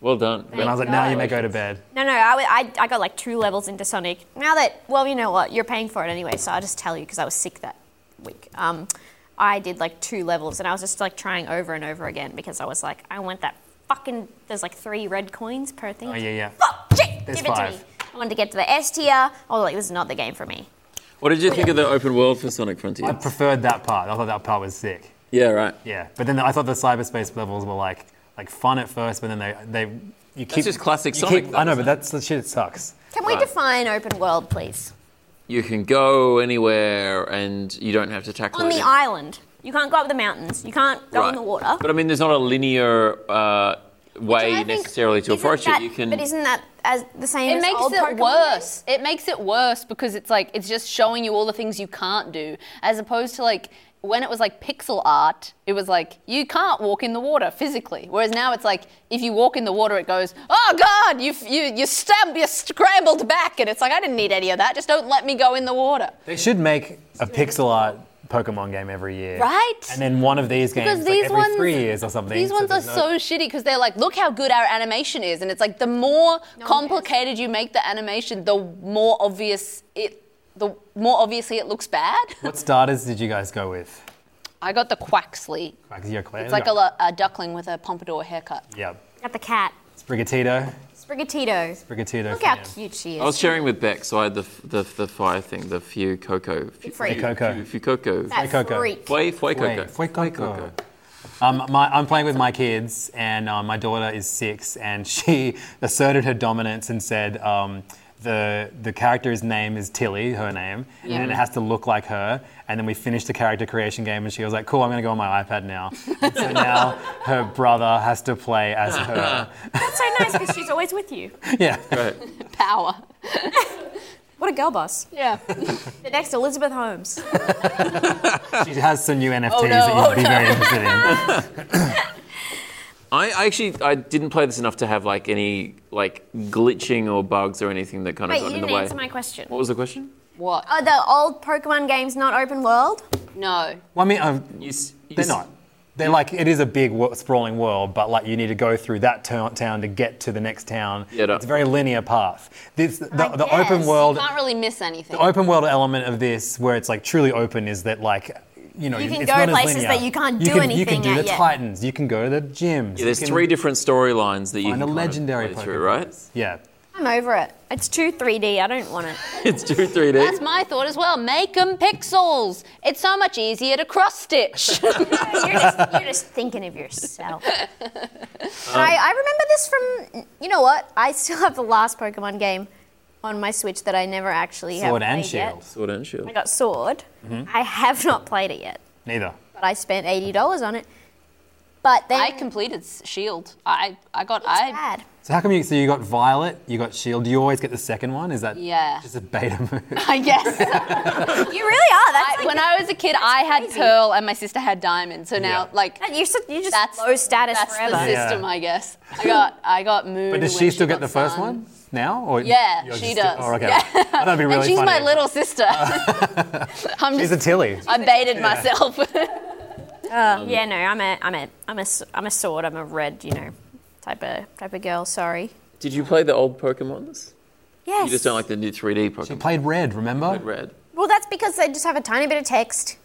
Speaker 2: Well done.
Speaker 4: And I was like, now you may go to bed.
Speaker 6: no, no, I, w- I, I got like two levels into Sonic. Now that, well, you know what, you're paying for it anyway, so I'll just tell you because I was sick that week. Um, I did like two levels and I was just like trying over and over again because I was like, I want that fucking, there's like three red coins per thing.
Speaker 4: Oh, yeah, yeah.
Speaker 6: Fuck, shit,
Speaker 4: There's
Speaker 6: give it
Speaker 4: five.
Speaker 6: to me. I wanted to get to the S tier. Oh, like, this is not the game for me.
Speaker 2: What did you think of the open world for Sonic
Speaker 4: I
Speaker 2: Frontiers?
Speaker 4: preferred that part. I thought that part was sick.
Speaker 2: Yeah, right.
Speaker 4: Yeah. But then I thought the cyberspace levels were like, like fun at first, but then they, they you keep.
Speaker 2: just classic
Speaker 4: you
Speaker 2: Sonic, though,
Speaker 4: I know,
Speaker 2: isn't
Speaker 4: but
Speaker 2: it?
Speaker 4: that's the shit that sucks.
Speaker 6: Can we define open world, please?
Speaker 2: You can go anywhere and you don't have to tackle
Speaker 6: On the
Speaker 2: it.
Speaker 6: island. You can't go up the mountains. You can't go
Speaker 2: Right.
Speaker 6: in the water.
Speaker 2: But I mean, there's not a linear uh,
Speaker 6: I
Speaker 2: way
Speaker 6: think
Speaker 2: necessarily to
Speaker 6: isn't
Speaker 2: approach
Speaker 6: that-
Speaker 2: it. You can.
Speaker 6: But isn't that as the same?
Speaker 3: It
Speaker 6: as
Speaker 3: makes
Speaker 6: old
Speaker 3: it
Speaker 6: Pokemon
Speaker 3: worse.
Speaker 6: games?
Speaker 3: It makes it worse because it's like it's just showing you all the things you can't do, as opposed to like when it was like pixel art, it was like you can't walk in the water physically. Whereas now it's like if you walk in the water, it goes, oh god, you you you stamp, you scrambled back, and it's like I didn't need any of that. Just don't let me go in the water,
Speaker 4: They should make a pixel art Pokemon game every year.
Speaker 3: right?
Speaker 4: And then one of these games
Speaker 3: because
Speaker 4: like
Speaker 3: these
Speaker 4: every
Speaker 3: ones,
Speaker 4: three years or something.
Speaker 3: These
Speaker 4: so
Speaker 3: ones are
Speaker 4: there's
Speaker 3: so
Speaker 4: no-
Speaker 3: shitty because they're like, look how good our animation is, and it's like the more complicated you make the animation, the more obvious it, the more obviously it looks bad.
Speaker 4: What starters did you guys go with?
Speaker 3: I got the Quaxley.
Speaker 4: Like, you're clear.
Speaker 3: It's like a, lo- a duckling with a pompadour haircut.
Speaker 4: Yeah.
Speaker 6: Got the cat.
Speaker 4: Sprigatito.
Speaker 5: Sprigatito.
Speaker 4: Sprigatito.
Speaker 5: Look
Speaker 4: fan.
Speaker 5: how cute she
Speaker 2: I
Speaker 5: is.
Speaker 2: was sharing with Beck, so I had the f- the, the fire thing, the few cocoa, few,
Speaker 5: Free.
Speaker 4: Coco.
Speaker 2: few cocoa,
Speaker 5: That
Speaker 4: Coco.
Speaker 5: freak.
Speaker 2: Fue, fue coco,
Speaker 4: Wait, fue coco. Um, my, I'm playing with my kids, and um, my daughter is six, and she asserted her dominance and said um, the the character's name is Tilly, her name, and it has to look like her. And then we finished the character creation game, and she was like, "Cool, I'm going to go on my iPad now." And so now her brother has to play as her.
Speaker 6: That's so nice because she's always with you.
Speaker 4: Yeah.
Speaker 2: Right.
Speaker 3: Power.
Speaker 5: What a girl boss.
Speaker 3: Yeah.
Speaker 5: The next Elizabeth Holmes.
Speaker 4: She has some new NFTs
Speaker 3: no,
Speaker 4: that you'd
Speaker 3: oh
Speaker 4: be
Speaker 3: no.
Speaker 4: very interested in.
Speaker 2: I I actually I didn't play this enough to have like any like glitching or bugs or anything that kind
Speaker 6: Wait,
Speaker 2: of
Speaker 6: you
Speaker 2: got in the
Speaker 6: didn't
Speaker 2: way.
Speaker 6: answer my question.
Speaker 2: What was the question?
Speaker 3: what?
Speaker 5: Are the old Pokemon games not open world?
Speaker 3: No.
Speaker 4: Well, I mean, um,
Speaker 2: You, s- you
Speaker 4: They're
Speaker 2: s-
Speaker 4: not. They're like it is a big wo- sprawling world, but like you need to go through that to- town to get to the next town.
Speaker 2: Yeah, no.
Speaker 4: it's a very linear path. This the,
Speaker 6: I
Speaker 4: the open
Speaker 6: guess.
Speaker 4: world,
Speaker 3: Can't really miss anything.
Speaker 4: the open world element of this, where it's like truly open, is that like. You know,
Speaker 6: You can
Speaker 4: it's
Speaker 6: go
Speaker 4: not as
Speaker 6: places
Speaker 4: linear.
Speaker 6: that you can't do
Speaker 4: You can
Speaker 6: anything
Speaker 4: do
Speaker 6: at
Speaker 4: the
Speaker 6: yet.
Speaker 4: Titans. You can go to the gyms.
Speaker 2: Yeah, there's
Speaker 4: you can
Speaker 2: three different storylines that you can
Speaker 4: find a
Speaker 2: kind of
Speaker 4: legendary
Speaker 2: play through,
Speaker 4: Pokemon.
Speaker 2: right?
Speaker 4: Yeah,
Speaker 5: I'm over it.
Speaker 6: It's too 3D. I don't want it.
Speaker 2: It's two, three D.
Speaker 3: That's my thought as well. Make them pixels. It's so much easier to cross stitch.
Speaker 6: You're just, you're just thinking of yourself.
Speaker 5: I, I remember this from. You know what? I still have the last Pokemon game on my Switch that I never actually have
Speaker 4: sword and
Speaker 5: played yet.
Speaker 4: shield.
Speaker 2: Sword and shield. Mm-hmm.
Speaker 5: I got Sword. I have not played it yet,
Speaker 4: Neither.
Speaker 5: but I spent eighty dollars on it. But then
Speaker 3: I completed S- Shield. I I got I.
Speaker 5: bad.
Speaker 4: So how come you? So you got Violet, you got Shield. Do you always get the second one? Is that
Speaker 3: Yeah.
Speaker 4: Just a beta move.
Speaker 3: I guess.
Speaker 5: You really are.
Speaker 3: I, when I was a kid, I had Pearl and my sister had Diamond. So now,
Speaker 4: Yeah.
Speaker 3: like,
Speaker 5: you just, you just
Speaker 3: that's
Speaker 5: low status
Speaker 3: that's
Speaker 5: forever.
Speaker 3: the
Speaker 4: Yeah.
Speaker 3: system, I guess. I got I got Moon.
Speaker 4: But does
Speaker 3: when
Speaker 4: she still
Speaker 3: got
Speaker 4: get the first
Speaker 3: Sun.
Speaker 4: one now? Or
Speaker 3: Yeah,
Speaker 4: you're
Speaker 3: she
Speaker 4: just-
Speaker 3: does.
Speaker 4: Oh, okay.
Speaker 3: Yeah.
Speaker 4: That'd be really
Speaker 3: and she's
Speaker 4: funny. Uh.
Speaker 3: my little sister. I'm
Speaker 4: She's a
Speaker 3: just,
Speaker 4: Tilly.
Speaker 3: I baited myself. Um,
Speaker 6: yeah, no, I'm a, I'm a, I'm a, s- I'm a sword. I'm a red, you know, type of type of girl. Sorry.
Speaker 2: Did you play the old Pokemons?
Speaker 6: Yes.
Speaker 2: You just don't like the new 3D Pokemon.
Speaker 4: She played red, remember?
Speaker 2: Red.
Speaker 5: Well, that's because they just have a tiny bit of text.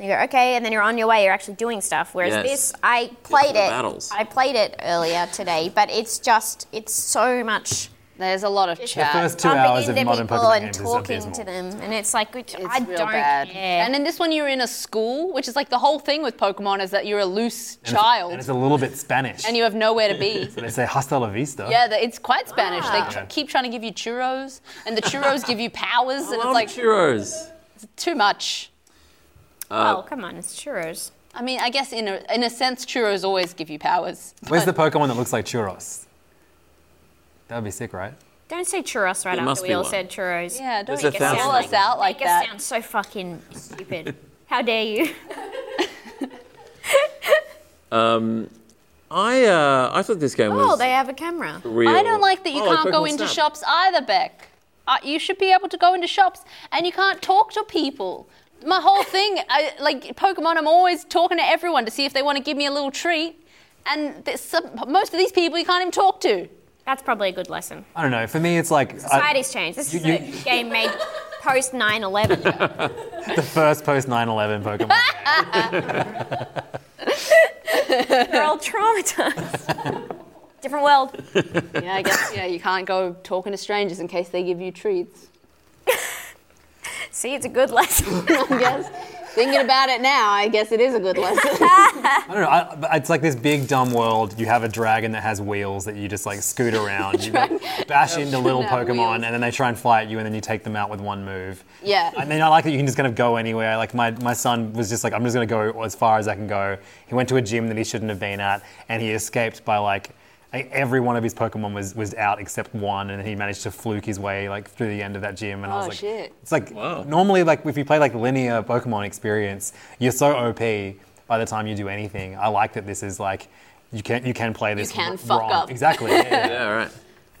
Speaker 6: You go okay, and then you're on your way. You're actually doing stuff. Whereas
Speaker 2: Yes.
Speaker 6: this,
Speaker 5: I played
Speaker 2: the
Speaker 5: it.
Speaker 2: battles.
Speaker 5: I played it earlier today, but it's just it's so much
Speaker 3: There's a lot of
Speaker 4: The
Speaker 3: chat.
Speaker 4: first two
Speaker 5: bumping
Speaker 4: hours of
Speaker 5: into
Speaker 4: modern
Speaker 5: people
Speaker 4: Pokemon
Speaker 5: and
Speaker 4: games
Speaker 5: talking
Speaker 4: is abysmal.
Speaker 5: to them.
Speaker 6: and it's like which
Speaker 3: It's
Speaker 6: I
Speaker 3: real
Speaker 6: don't
Speaker 3: bad.
Speaker 6: care.
Speaker 3: And in this one, you're in a school, which is like the whole thing with Pokemon is that you're a loose
Speaker 4: And it's-
Speaker 3: child
Speaker 4: And it's a little bit Spanish.
Speaker 3: and you have nowhere to be.
Speaker 4: they say hasta la vista.
Speaker 3: Yeah, the, it's quite Spanish. They
Speaker 4: Yeah.
Speaker 3: tr- keep trying to give you churros, and the churros give you powers, and it's like
Speaker 2: churros.
Speaker 3: too much.
Speaker 6: oh come on, it's churros.
Speaker 3: I mean, I guess in a, in a sense, churros always give you powers.
Speaker 4: Where's the Pokemon that looks like churros? That would be sick, right?
Speaker 6: Don't say churros right
Speaker 2: There
Speaker 6: after
Speaker 2: must
Speaker 6: we
Speaker 2: be
Speaker 6: all
Speaker 2: one.
Speaker 6: said churros.
Speaker 3: Yeah, don't
Speaker 2: There's a
Speaker 3: make us sound
Speaker 2: thousand.
Speaker 3: us out like
Speaker 6: Make us
Speaker 3: that.
Speaker 6: sound so fucking stupid. How dare you?
Speaker 2: Um, I uh, I thought this game
Speaker 5: Oh,
Speaker 2: was
Speaker 5: they have a camera.
Speaker 2: real.
Speaker 3: I don't like that you
Speaker 2: Oh, like
Speaker 3: can't go
Speaker 2: Pokemon
Speaker 3: into
Speaker 2: Snap.
Speaker 3: shops either, Beck. Uh, you should be able to go into shops and you can't talk to people. My whole thing, I, like Pokemon, I'm always talking to everyone to see if they want to give me a little treat. And there's some, most of these people you can't even talk to.
Speaker 6: That's probably a good lesson.
Speaker 4: I don't know. For me, it's like I,
Speaker 6: Society's changed. This is
Speaker 4: you-
Speaker 6: a game made post 9 11.
Speaker 4: the first post 9/11 Pokemon. game.
Speaker 6: We're all traumatized. Different world.
Speaker 3: Yeah, I guess, yeah, you can't go talking to strangers in case they give you treats.
Speaker 6: See, it's a good lesson.
Speaker 3: I guess thinking about it now, I guess it is a good lesson.
Speaker 4: I don't know. I, but it's like this big dumb world. You have a dragon that has wheels that you just like scoot around. you like, bash into little
Speaker 3: have
Speaker 4: Pokemon,
Speaker 3: wheels.
Speaker 4: and then they try and fly at you, and then you take them out with one move.
Speaker 3: Yeah.
Speaker 4: I mean, I like that you can just kind of go anywhere. Like my, my son was just like, I'm just gonna go as far as I can go. He went to a gym that he shouldn't have been at, and he escaped by like I- every one of his Pokemon was was out except one, and he managed to fluke his way like through the end of that gym. And I
Speaker 3: Oh,
Speaker 4: was like,
Speaker 3: shit.
Speaker 4: it's like
Speaker 2: Wow.
Speaker 4: normally like if you play like linear Pokemon experience, you're so OP by the time you do anything. I like that this is like. You can you can play this
Speaker 3: can
Speaker 4: wr-
Speaker 3: fuck
Speaker 4: wrong.
Speaker 3: up.
Speaker 4: Exactly. yeah, yeah.
Speaker 2: Yeah, all right.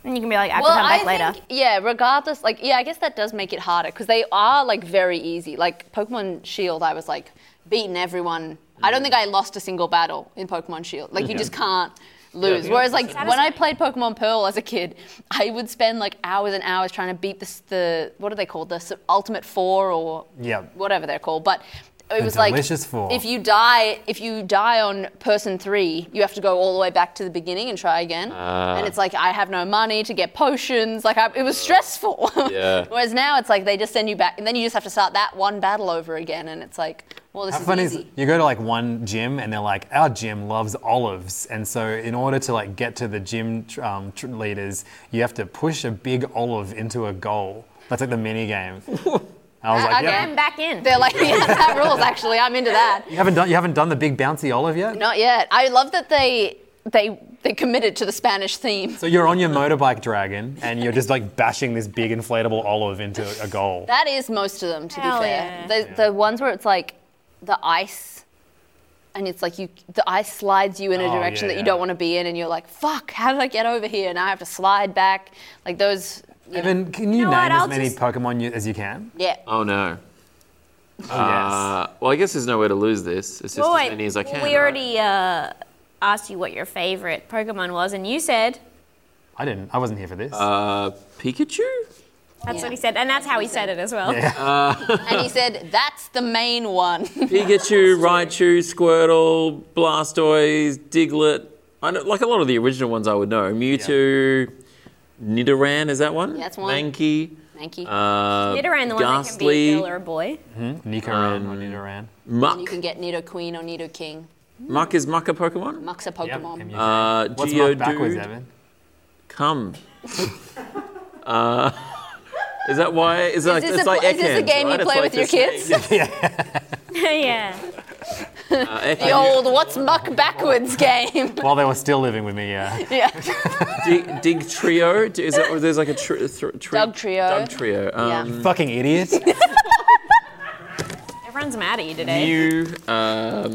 Speaker 6: And you can be like, I can
Speaker 3: Well,
Speaker 6: come back
Speaker 3: I
Speaker 6: later.
Speaker 3: think yeah. Regardless, like yeah, I guess that does make it harder because they are like very easy. Like Pokemon Shield, I was like beating everyone. I don't think I lost a single battle in Pokemon Shield. Like you just can't lose.
Speaker 2: yeah.
Speaker 3: Whereas like when I played Pokemon Pearl as a kid, I would spend like hours and hours trying to beat this the what are they called the s- Ultimate Four or
Speaker 4: Yep.
Speaker 3: whatever they're called, but. It
Speaker 4: The
Speaker 3: was
Speaker 4: delicious
Speaker 3: like
Speaker 4: four.
Speaker 3: if you die if you die on person three, you have to go all the way back to the beginning and try again. and it's like I have no money to get potions. Like I, it was stressful.
Speaker 2: Yeah.
Speaker 3: Whereas now it's like they just send you back, and then you just have to start that one battle over again. And it's like, well, this
Speaker 4: How
Speaker 3: is
Speaker 4: funny
Speaker 3: easy.
Speaker 4: is you go to like one gym and they're like, our gym loves olives, and so in order to like get to the gym tr- um, tr- leaders, you have to push a big olive into a goal. That's like the mini game. I was like,
Speaker 3: okay.
Speaker 4: yeah,
Speaker 6: I'm back in.
Speaker 3: They're like, yeah, that rules. Actually, I'm into that.
Speaker 4: you haven't done you haven't done the big bouncy olive yet.
Speaker 3: Not yet. I love that they they they committed to the Spanish theme.
Speaker 4: So you're on your motorbike dragon and you're just like bashing this big inflatable olive into a goal.
Speaker 3: That is most of them, to
Speaker 6: Hell
Speaker 3: be
Speaker 6: yeah.
Speaker 3: fair. The, the ones where it's like the ice, and it's like you, the ice slides you in a
Speaker 4: Oh,
Speaker 3: direction
Speaker 4: yeah,
Speaker 3: that
Speaker 4: yeah.
Speaker 3: you don't want to be in, and you're like, fuck, how did I get over here? And I have to slide back. Like those, you know,
Speaker 4: Evan, can you,
Speaker 6: know
Speaker 4: name
Speaker 6: what,
Speaker 4: as
Speaker 6: I'll
Speaker 4: many
Speaker 6: just-
Speaker 4: Pokemon you, as you can?
Speaker 3: yeah.
Speaker 2: Oh no.
Speaker 4: Oh,
Speaker 2: Uh, well, I guess there's no way to lose this. It's just
Speaker 6: Well,
Speaker 2: as many as I can.
Speaker 6: we
Speaker 2: right?
Speaker 6: already uh, asked you what your favorite Pokemon was, and you said
Speaker 4: yes. I didn't. I wasn't here for this.
Speaker 2: Uh, Pikachu.
Speaker 6: that's
Speaker 3: Yeah.
Speaker 6: what he said, and that's how he said it as well.
Speaker 3: And he said, that's the main one.
Speaker 2: Pikachu, Raichu, Squirtle, Blastoise, Diglett. I know, like a lot of the original ones, I would know. Mewtwo, Nidoran is that one?
Speaker 3: That's one.
Speaker 2: Mankey,
Speaker 3: Thank you.
Speaker 2: uh,
Speaker 6: Nidoran, the one that can be
Speaker 2: Ghastly,
Speaker 6: a girl or a boy.
Speaker 4: Nidoran
Speaker 2: um,
Speaker 4: or Nidoran.
Speaker 3: and you
Speaker 2: Muck.
Speaker 3: can get Nido Queen or Nido King.
Speaker 2: Muck is Muck a Pokemon?
Speaker 3: Muck's a
Speaker 4: Yep.
Speaker 3: Pokemon.
Speaker 2: Uh,
Speaker 4: What's Muck backwards,
Speaker 2: Geodude?
Speaker 4: Evan?
Speaker 2: Come. uh, is that why? Is, that,
Speaker 3: Is this,
Speaker 2: it's
Speaker 3: a,
Speaker 2: like
Speaker 3: pl- is this a
Speaker 2: Ekans, right?
Speaker 3: game
Speaker 2: It's
Speaker 3: you play
Speaker 2: like
Speaker 3: with your
Speaker 2: this-
Speaker 3: kids?
Speaker 6: yeah.
Speaker 2: Uh, Ekans.
Speaker 3: The old What's Muck Backwards game.
Speaker 4: While they were still living with me, yeah.
Speaker 3: yeah.
Speaker 2: Dig, dig Trio? D- Is that, or there's like a tr- thr- tr-
Speaker 3: Dug Trio.
Speaker 2: Dug Trio. Um,
Speaker 4: Fucking idiot.
Speaker 6: Everyone's mad at you today.
Speaker 2: Mew, um,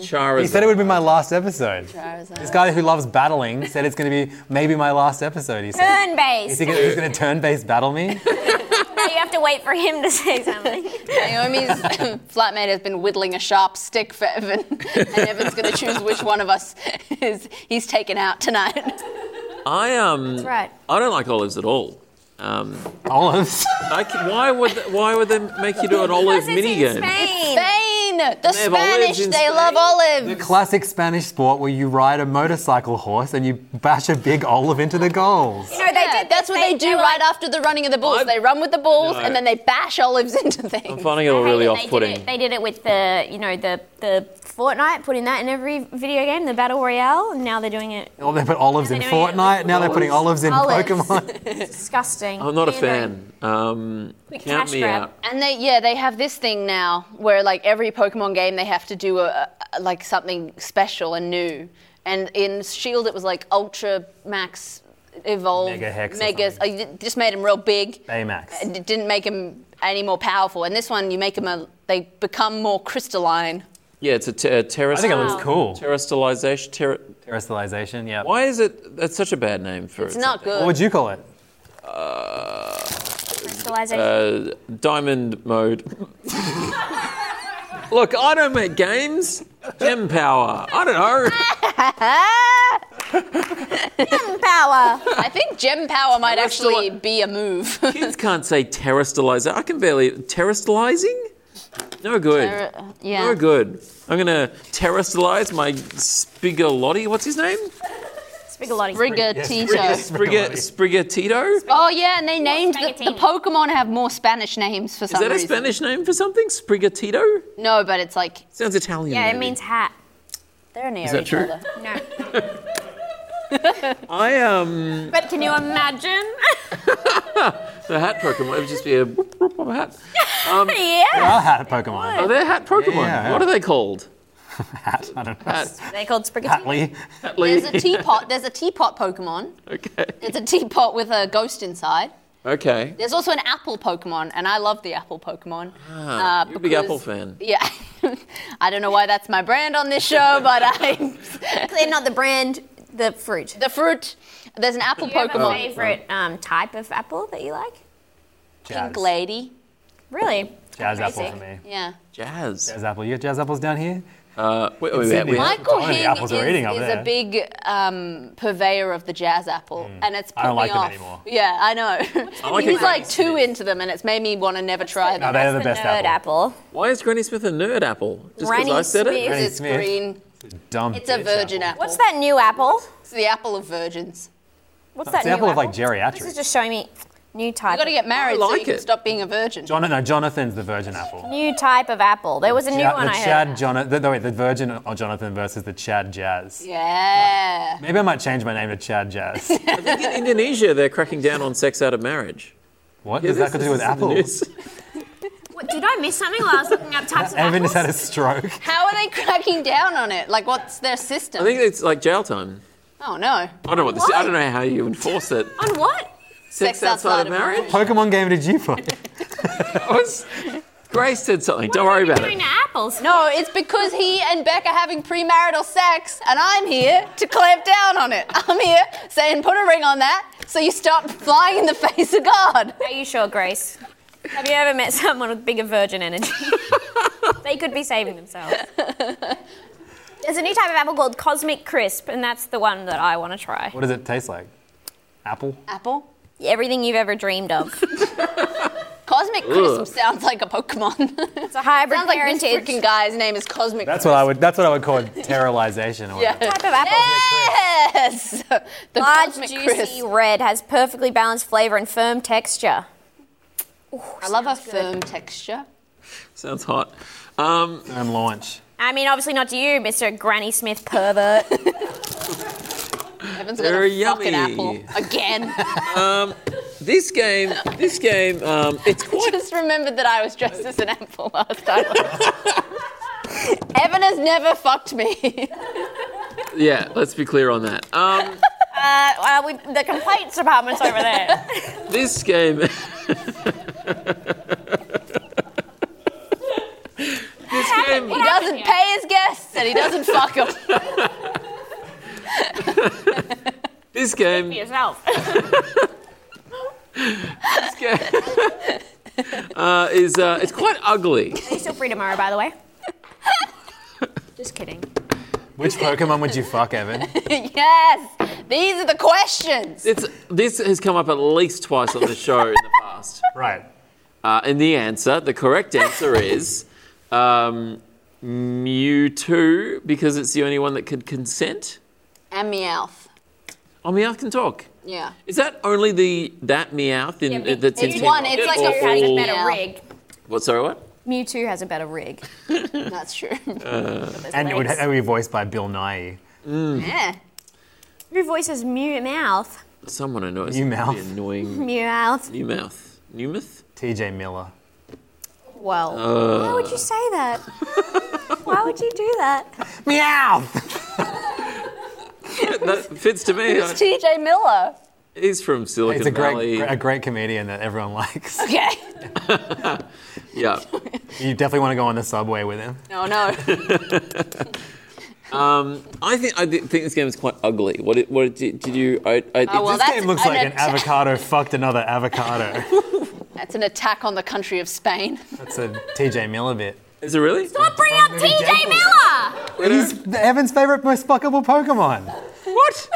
Speaker 2: Charizard.
Speaker 4: He said it would be my last episode. This guy who loves battling said it's going to be maybe my last episode. He said.
Speaker 6: Turn
Speaker 4: Is
Speaker 6: based.
Speaker 4: he
Speaker 6: now
Speaker 4: gonna, he's going to turn-based battle me?
Speaker 6: you have to wait for him to say something.
Speaker 3: Naomi's flatmate has been whittling a sharp stick for Evan, and Evan's going to choose which one of us is he's taken out tonight.
Speaker 2: I um.
Speaker 5: right.
Speaker 2: I don't like olives at all. Um,
Speaker 4: Olives.
Speaker 2: I c why would why would they make you do an olive mini game?
Speaker 3: Spain, the
Speaker 2: have olives
Speaker 3: Spanish,
Speaker 2: in
Speaker 3: they
Speaker 2: Spain.
Speaker 3: love
Speaker 4: The
Speaker 3: olives.
Speaker 4: classic Spanish sport where you ride a motorcycle horse and you bash a big olive into the goals.
Speaker 6: No, they
Speaker 3: Yeah,
Speaker 6: did.
Speaker 3: that's what they, do
Speaker 6: were
Speaker 3: right
Speaker 6: like,
Speaker 3: after the running of the bulls.
Speaker 2: I'm-
Speaker 3: they run with the bulls
Speaker 2: No.
Speaker 3: and then they bash olives into
Speaker 2: I'm
Speaker 3: things.
Speaker 2: finding it all
Speaker 6: Hey,
Speaker 2: really
Speaker 6: they
Speaker 2: off-putting.
Speaker 6: Did it, they did it with the, you know, the the
Speaker 5: Fortnite, putting that
Speaker 6: that in every video game, the battle royale, and now they're doing it.
Speaker 4: Oh, they put olives in
Speaker 6: They're doing it with
Speaker 4: Fortnite. Now they're putting olives in
Speaker 5: Olives.
Speaker 4: Pokemon.
Speaker 5: disgusting.
Speaker 2: I'm not a
Speaker 5: You know,
Speaker 2: fan. Um, count
Speaker 6: cash
Speaker 2: me
Speaker 6: grab.
Speaker 2: out.
Speaker 3: And they yeah they have this thing now where like every Pokemon game they have to do a, a like something special and new. And in Shield E it was like Ultra Max Evolve
Speaker 4: Mega Hex or
Speaker 3: Megas.
Speaker 4: something.
Speaker 3: uh, you just made him real big. Uh,
Speaker 4: Baymax.
Speaker 3: and it didn't make them any more powerful. And this one, you make them a, they become more crystalline.
Speaker 2: Yeah, it's a, te- a terrorist.
Speaker 4: I think it looks cool.
Speaker 2: Terrestrialization. Terra-
Speaker 4: Terrestrialization, yeah.
Speaker 2: Why is it? That's such a bad name for
Speaker 3: It's not
Speaker 4: What
Speaker 3: good.
Speaker 4: would you call it?
Speaker 2: Uh, diamond mode. Look, I don't make games. Gem power. I don't know.
Speaker 5: Power.
Speaker 3: I think gem power might
Speaker 2: Let's do
Speaker 3: actually
Speaker 2: it.
Speaker 3: be a move.
Speaker 2: Kids can't say terrestrializing. I can barely terrestrializing. No good.
Speaker 3: yeah.
Speaker 2: No good. I'm gonna terrestrialize my spigolotti. What's his name?
Speaker 6: Spigolotti.
Speaker 3: Rigatito.
Speaker 2: Spriga Sprigatito.
Speaker 3: Oh yeah, and they named the, the
Speaker 6: Sprigatini.
Speaker 3: Pokemon have more Spanish names for
Speaker 2: Is
Speaker 3: some
Speaker 2: that a
Speaker 3: reason.
Speaker 2: Spanish name for something? Sprigatito.
Speaker 3: No, but it's like
Speaker 2: Sounds Italian.
Speaker 6: Yeah, it
Speaker 2: maybe.
Speaker 6: means hat.
Speaker 3: they're near
Speaker 2: Is that
Speaker 3: each
Speaker 2: true?
Speaker 3: other.
Speaker 6: No.
Speaker 2: I um
Speaker 6: But can you imagine?
Speaker 2: the hat Pokemon. It would just be a whoop, whoop, whoop, hat. Um,
Speaker 6: yeah.
Speaker 4: Well, hat Pokemon.
Speaker 2: Are they hat Pokemon?
Speaker 4: yeah.
Speaker 2: What are they called?
Speaker 4: Hat. I don't know.
Speaker 2: Hat.
Speaker 6: They called Sprigatini.
Speaker 4: Hatley.
Speaker 2: Hatley.
Speaker 3: There's a teapot. There's a teapot Pokemon.
Speaker 2: okay.
Speaker 3: It's a teapot with a ghost inside.
Speaker 2: Okay.
Speaker 3: There's also an apple Pokemon, and I love the apple Pokemon. Uh,
Speaker 2: Ah, you're a big
Speaker 3: because-
Speaker 2: Apple fan.
Speaker 3: Yeah, I don't know why that's my brand on this show, but I
Speaker 5: They're not the brand, the fruit.
Speaker 3: the fruit. There's an apple
Speaker 6: Do you have a
Speaker 3: Pokemon.
Speaker 6: favorite um, type of apple that you like?
Speaker 4: Jazz.
Speaker 3: Lady.
Speaker 6: Really?
Speaker 4: Jazz apple
Speaker 6: Crazy.
Speaker 4: for me.
Speaker 3: Yeah.
Speaker 2: Jazz.
Speaker 4: Jazz apple. You got jazz apples down here?
Speaker 2: Uh, wait, wait, wait,
Speaker 4: Sydney.
Speaker 2: wait.
Speaker 4: Mike-
Speaker 3: Michael
Speaker 4: Oh, the
Speaker 3: Hing
Speaker 4: apples
Speaker 3: is,
Speaker 4: are eating up
Speaker 3: is
Speaker 4: there.
Speaker 3: a big um, purveyor of the jazz apple,
Speaker 2: Hmm.
Speaker 3: and it's put
Speaker 4: I don't
Speaker 3: me
Speaker 4: like them
Speaker 3: off.
Speaker 4: anymore.
Speaker 3: Yeah, I know.
Speaker 2: I like
Speaker 3: He's
Speaker 2: a
Speaker 3: like
Speaker 2: Granny
Speaker 3: too
Speaker 2: Smith.
Speaker 3: into them, and it's made me want to never try them.
Speaker 4: No, they're
Speaker 6: That's
Speaker 4: the best
Speaker 6: nerd
Speaker 4: apple.
Speaker 6: apple.
Speaker 2: Why is Granny Smith a nerd apple? Just because
Speaker 6: Granny
Speaker 2: I said
Speaker 6: Smith.
Speaker 2: it?
Speaker 4: Granny
Speaker 3: It's
Speaker 4: Smith.
Speaker 3: green.
Speaker 4: Dumb.
Speaker 3: It's a
Speaker 4: bitch
Speaker 3: virgin apple.
Speaker 6: What's that new apple?
Speaker 3: It's the apple of virgins.
Speaker 6: What's
Speaker 4: It's
Speaker 6: that
Speaker 4: the
Speaker 6: new
Speaker 4: apple of like
Speaker 6: This is
Speaker 4: geriatrics.
Speaker 6: just showing me new
Speaker 3: You
Speaker 6: type.
Speaker 3: got to get married so
Speaker 2: like
Speaker 3: you can
Speaker 2: it.
Speaker 3: stop being a virgin.
Speaker 4: John, no, Jonathan's the virgin apple.
Speaker 6: new type of apple. There was a new
Speaker 4: Yeah,
Speaker 6: one
Speaker 4: the
Speaker 6: I
Speaker 4: Chad
Speaker 6: heard.
Speaker 4: Jonathan. The, no, wait, the virgin or Jonathan versus the Chad Jazz.
Speaker 3: yeah.
Speaker 4: Maybe I might change my name to Chad Jazz.
Speaker 2: I think in Indonesia they're cracking down on sex out of marriage.
Speaker 4: What
Speaker 2: Yeah,
Speaker 4: does that got
Speaker 2: this-
Speaker 4: to do with
Speaker 2: this is in the
Speaker 4: apples?
Speaker 2: news.
Speaker 6: What, did I miss something while I was looking up types of
Speaker 4: Evan
Speaker 6: apples?
Speaker 4: just had a stroke.
Speaker 3: How are they cracking down on it? Like, what's their system?
Speaker 2: I think it's like jail time.
Speaker 3: oh no.
Speaker 2: I don't know what this. I don't know how you enforce it.
Speaker 6: On what?
Speaker 2: Sex outside of marriage.
Speaker 4: Pokemon game did you play?
Speaker 2: I was- Grace said something. don't
Speaker 6: What
Speaker 2: worry
Speaker 6: are we
Speaker 2: about
Speaker 6: doing
Speaker 2: it.
Speaker 6: to apples?
Speaker 3: No, it's because he and Beck are having premarital sex, and I'm here to clamp down on it. I'm here saying, put a ring on that so you stop flying in the face of God.
Speaker 6: Are you sure, Grace? Have you ever met someone with bigger virgin energy? they could be saving themselves. There's a new type of apple called Cosmic Crisp, and that's the one that I want to try.
Speaker 4: What does it taste like? Apple?
Speaker 3: Apple?
Speaker 6: Everything you've ever dreamed of.
Speaker 3: Cosmic Crisp sounds like a Pokemon.
Speaker 6: It's a hybrid
Speaker 3: sounds like this
Speaker 6: parentage.
Speaker 3: freaking guy's name is Cosmic
Speaker 4: That's
Speaker 3: Crisp.
Speaker 4: what I would. That's what I would call terrorization. Or whatever.
Speaker 3: Yeah.
Speaker 6: type of apple.
Speaker 3: Yes! The
Speaker 6: Large,
Speaker 3: Cosmic
Speaker 6: juicy
Speaker 3: Crisp.
Speaker 6: red has perfectly balanced flavor and firm texture.
Speaker 3: I love a firm texture.
Speaker 2: Sounds hot. Um,
Speaker 4: And launch.
Speaker 6: I mean, obviously not to you, Mr. Granny Smith pervert. Uh,
Speaker 3: Evan's got
Speaker 2: Very
Speaker 3: a fucking
Speaker 2: yummy.
Speaker 3: apple again.
Speaker 2: this game. This game. Um, it's
Speaker 3: I
Speaker 2: quite.
Speaker 3: just remembered that I was dressed as an apple last time. Evan has never fucked me.
Speaker 2: Yeah. Let's be clear on that. Um,
Speaker 6: uh, well, we, the complaints department's over there.
Speaker 2: this game. this game.
Speaker 3: He doesn't pay his guests and he doesn't fuck them.
Speaker 2: This game.
Speaker 6: Yourself.
Speaker 2: This game. Uh, is uh, it's quite ugly.
Speaker 6: Are you still free tomorrow, by the way? Just kidding.
Speaker 4: Which Pokemon would you fuck, Evan?
Speaker 3: yes, these are the questions.
Speaker 2: It's this has come up at least twice on the show in the past.
Speaker 4: Right.
Speaker 2: Uh, and the answer, the correct answer is um, Mewtwo, because it's the only one that could consent.
Speaker 3: And Meowth.
Speaker 2: Oh, Meowth can talk.
Speaker 3: Yeah.
Speaker 2: Is that only the that Meowth in uh,
Speaker 6: Yeah,
Speaker 2: that's in
Speaker 3: it's
Speaker 2: Team
Speaker 3: one,
Speaker 2: Rocket
Speaker 3: it's like
Speaker 2: or
Speaker 3: a-
Speaker 6: Has a
Speaker 2: all-
Speaker 6: better
Speaker 3: Yeah.
Speaker 6: rig.
Speaker 2: What? Sorry, what?
Speaker 5: Mewtwo has a better rig.
Speaker 3: That's true.
Speaker 4: And it would, it would be voiced by Bill Nye.
Speaker 3: yeah.
Speaker 6: Your voice is mew mouth.
Speaker 2: Someone annoys.
Speaker 4: New
Speaker 2: me. It'd be
Speaker 4: Mouth.
Speaker 2: Annoying.
Speaker 6: Mew mouth.
Speaker 2: New mouth. Newmouth.
Speaker 4: T.J. Miller.
Speaker 5: Well,
Speaker 4: Uh.
Speaker 6: Why would you say that? Why would you do that?
Speaker 4: Meow.
Speaker 2: That fits to me. I-
Speaker 3: TJ Miller.
Speaker 2: He's from Silicon
Speaker 4: It's a
Speaker 2: Valley.
Speaker 4: great, a great comedian that everyone likes.
Speaker 3: Okay.
Speaker 2: Yeah.
Speaker 4: You definitely want to go on the subway with him.
Speaker 3: No, no.
Speaker 2: I think I thi- think this game is quite ugly. What did, what did, did you? I, I,
Speaker 3: Oh, well,
Speaker 2: it's-
Speaker 4: This
Speaker 3: That's
Speaker 4: game looks
Speaker 3: an
Speaker 4: like an
Speaker 3: atta-
Speaker 4: avocado fucked another avocado.
Speaker 3: That's an attack on the country of Spain.
Speaker 4: That's a TJ Miller bit.
Speaker 2: is it really?
Speaker 6: Stop bringing up TJ Miller!
Speaker 4: He's Evan's favorite most fuckable Pokemon.
Speaker 2: What?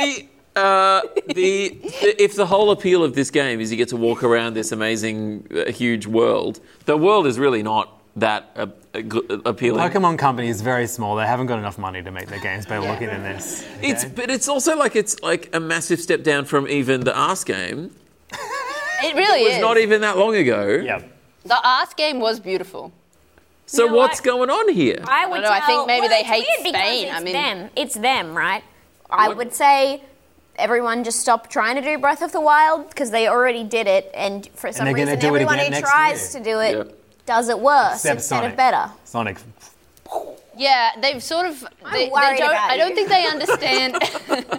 Speaker 2: the, uh, the, the- if the whole appeal of this game is you get to walk around this amazing, uh, huge world, the world is really not that uh, uh, gl- appealing.
Speaker 4: Pokemon Company is very small. They haven't got enough money to make their games better looking than this.
Speaker 2: It's but it's also like it's like a massive step down from even the Ask game.
Speaker 3: It really
Speaker 2: It was
Speaker 3: is.
Speaker 2: not even that long ago.
Speaker 4: Yep.
Speaker 3: the Ask game was beautiful.
Speaker 2: So
Speaker 6: You know
Speaker 2: what's
Speaker 6: what?
Speaker 2: going on here?
Speaker 6: I would
Speaker 3: don't know, I
Speaker 6: tell-
Speaker 3: think maybe
Speaker 6: well,
Speaker 3: they
Speaker 6: it's
Speaker 3: hate
Speaker 6: weird because
Speaker 3: Spain,
Speaker 6: It's
Speaker 3: I mean-
Speaker 6: them. It's them, right? I
Speaker 2: would-
Speaker 6: would say everyone just stop trying to do Breath of the Wild because they already did it, and for some
Speaker 4: they're gonna
Speaker 6: reason,
Speaker 4: do it
Speaker 6: everyone
Speaker 4: again
Speaker 6: who
Speaker 4: next
Speaker 6: tries
Speaker 4: year.
Speaker 6: to do it
Speaker 2: Yeah.
Speaker 6: does it worse
Speaker 4: Except
Speaker 6: instead
Speaker 4: Sonic.
Speaker 6: of better.
Speaker 4: Sonic.
Speaker 3: Yeah, they've sort of. They, they
Speaker 6: worried
Speaker 3: don't,
Speaker 6: about
Speaker 3: I don't
Speaker 6: you.
Speaker 3: think they understand.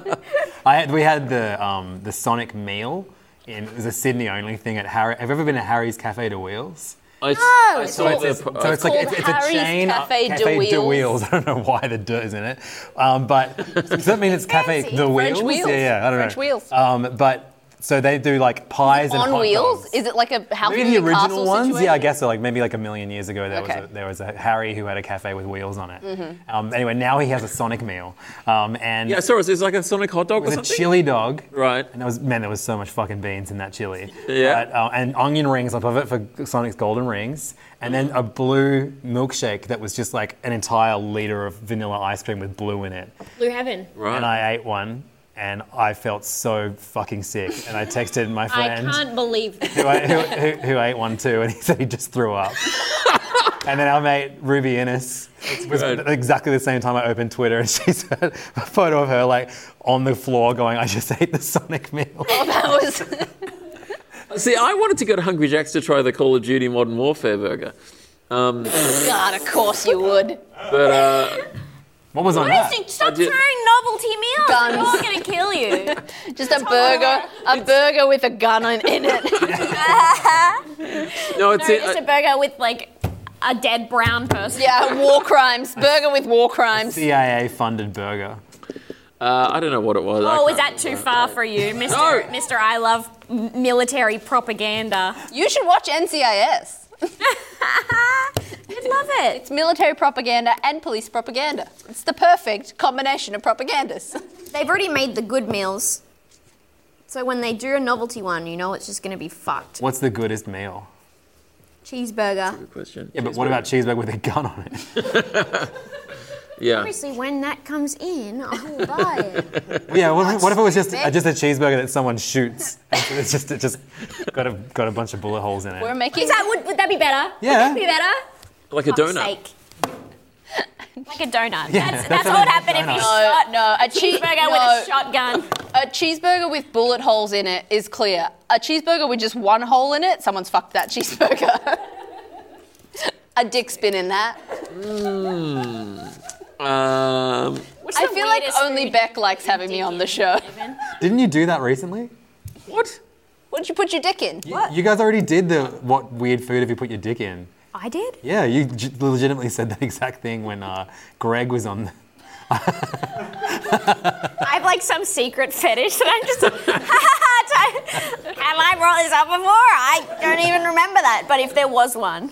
Speaker 4: I had, we had the um, the Sonic meal. In, it was a Sydney only thing at Harry. Have you ever been to Harry's Cafe de Wheels?
Speaker 2: I,
Speaker 6: No,
Speaker 2: I
Speaker 6: it's
Speaker 2: saw
Speaker 4: So
Speaker 2: the
Speaker 4: it's,
Speaker 2: pro-
Speaker 4: so it's like
Speaker 3: called
Speaker 4: it's, it's a
Speaker 3: Harry's
Speaker 4: chain
Speaker 3: Cafe de Wheels.
Speaker 4: I don't know why the "de" is in it, um, but does that mean it's Cafe
Speaker 6: fancy.
Speaker 4: de
Speaker 3: French
Speaker 4: Wheels?
Speaker 3: wheels.
Speaker 4: Yeah, yeah, I don't
Speaker 3: French
Speaker 4: know.
Speaker 3: wheels.
Speaker 4: Um, but so they do like pies and
Speaker 3: on
Speaker 4: hot
Speaker 3: wheels?
Speaker 4: dogs.
Speaker 3: Is it like a house
Speaker 4: Maybe the original
Speaker 3: castle
Speaker 4: ones?
Speaker 3: Situation?
Speaker 4: Yeah, I guess so. Like maybe like a million years ago, there
Speaker 3: Okay. Mm-hmm.
Speaker 4: was a, there was a Harry who had a cafe with wheels on it. Um, anyway, now he has a Sonic meal, um, and
Speaker 2: yeah, I
Speaker 4: it
Speaker 2: saw it. It's like a Sonic hot dog or
Speaker 4: was a
Speaker 2: something.
Speaker 4: chili dog.
Speaker 2: Right.
Speaker 4: And there was man, there was so much fucking beans in that chili.
Speaker 2: Yeah.
Speaker 4: But, uh, and onion rings on top of it for Sonic's golden rings, and then a blue milkshake that was just like an entire liter of vanilla ice cream with blue in it.
Speaker 6: Blue Heaven.
Speaker 2: Right.
Speaker 4: And I ate one, and I felt so fucking sick. And I texted my friend
Speaker 6: believe that.
Speaker 4: who, I, who, who, who ate one too, and he said he just threw up. and then our mate Ruby Innes was
Speaker 2: good.
Speaker 4: exactly the same time I opened Twitter, and she said a photo of her like on the floor going, "I just ate the Sonic meal."
Speaker 3: that was.
Speaker 2: See, I wanted to go to Hungry Jack's to try the Call of Duty Modern Warfare burger. Um,
Speaker 3: God, of course you would.
Speaker 2: but uh,
Speaker 4: What was on that?
Speaker 2: I
Speaker 6: Stop
Speaker 2: did-
Speaker 6: throwing novelty meals.
Speaker 3: Guns.
Speaker 6: They're all gonna kill you.
Speaker 3: Just a burger, a burger with a gun in in it.
Speaker 2: no, it's
Speaker 6: no,
Speaker 2: it.
Speaker 6: just
Speaker 2: I-
Speaker 6: a burger with like a dead brown person.
Speaker 3: Yeah, war crimes. Burger with war crimes.
Speaker 4: CIA-funded burger.
Speaker 2: Uh, I don't know what it was. I
Speaker 6: Oh, is that
Speaker 2: can't
Speaker 6: too
Speaker 2: remember.
Speaker 6: far for you, Mr.
Speaker 2: No.
Speaker 6: Mr. I love m- military propaganda?
Speaker 3: You should watch NCIS.
Speaker 6: I'd love it.
Speaker 3: It's military propaganda and police propaganda. It's the perfect combination of propagandas.
Speaker 5: They've already made the good meals. So when they do a novelty one, you know it's just going to be fucked.
Speaker 4: What's the goodest meal?
Speaker 5: Cheeseburger.
Speaker 2: Good question.
Speaker 4: Yeah, but what about cheeseburger with a gun on it?
Speaker 2: Yeah.
Speaker 5: Obviously, when that comes in, I will buy it.
Speaker 4: yeah, what, what if it was just
Speaker 5: stupid.
Speaker 4: uh, just a cheeseburger that someone shoots? And so it's just it just got a got a bunch of bullet holes in it.
Speaker 3: We're making.
Speaker 6: Is that, would, would that be better?
Speaker 4: Yeah.
Speaker 6: Would that be better?
Speaker 2: Like a donut.
Speaker 6: Sake. Like a donut.
Speaker 4: Yeah,
Speaker 6: that's,
Speaker 4: that's
Speaker 6: that's
Speaker 4: a
Speaker 6: what would happen if
Speaker 4: donut.
Speaker 6: you
Speaker 3: No,
Speaker 6: shot
Speaker 3: no, a cheese-
Speaker 6: cheeseburger
Speaker 3: no.
Speaker 6: with a shotgun.
Speaker 3: A cheeseburger with bullet holes in it is clear. A cheeseburger with just one hole in it, someone's fucked that cheeseburger. a dick's been in that.
Speaker 2: Um,
Speaker 6: What's
Speaker 3: I
Speaker 6: the
Speaker 3: feel like
Speaker 6: weirdest
Speaker 3: only
Speaker 6: food
Speaker 3: Beck
Speaker 6: you
Speaker 3: likes
Speaker 6: put
Speaker 3: having me
Speaker 6: your
Speaker 3: on
Speaker 6: dick in,
Speaker 3: the show.
Speaker 6: Evan?
Speaker 4: Didn't you do that recently?
Speaker 2: what?
Speaker 3: What did you put your dick in?
Speaker 4: You- You guys already did the what weird food have you put your dick in?
Speaker 6: I did.
Speaker 4: Yeah, you j- legitimately said that exact thing when uh, Greg was on.
Speaker 6: I have like some secret fetish that I'm just. and I brought this up before. I don't even remember that. But if there was one,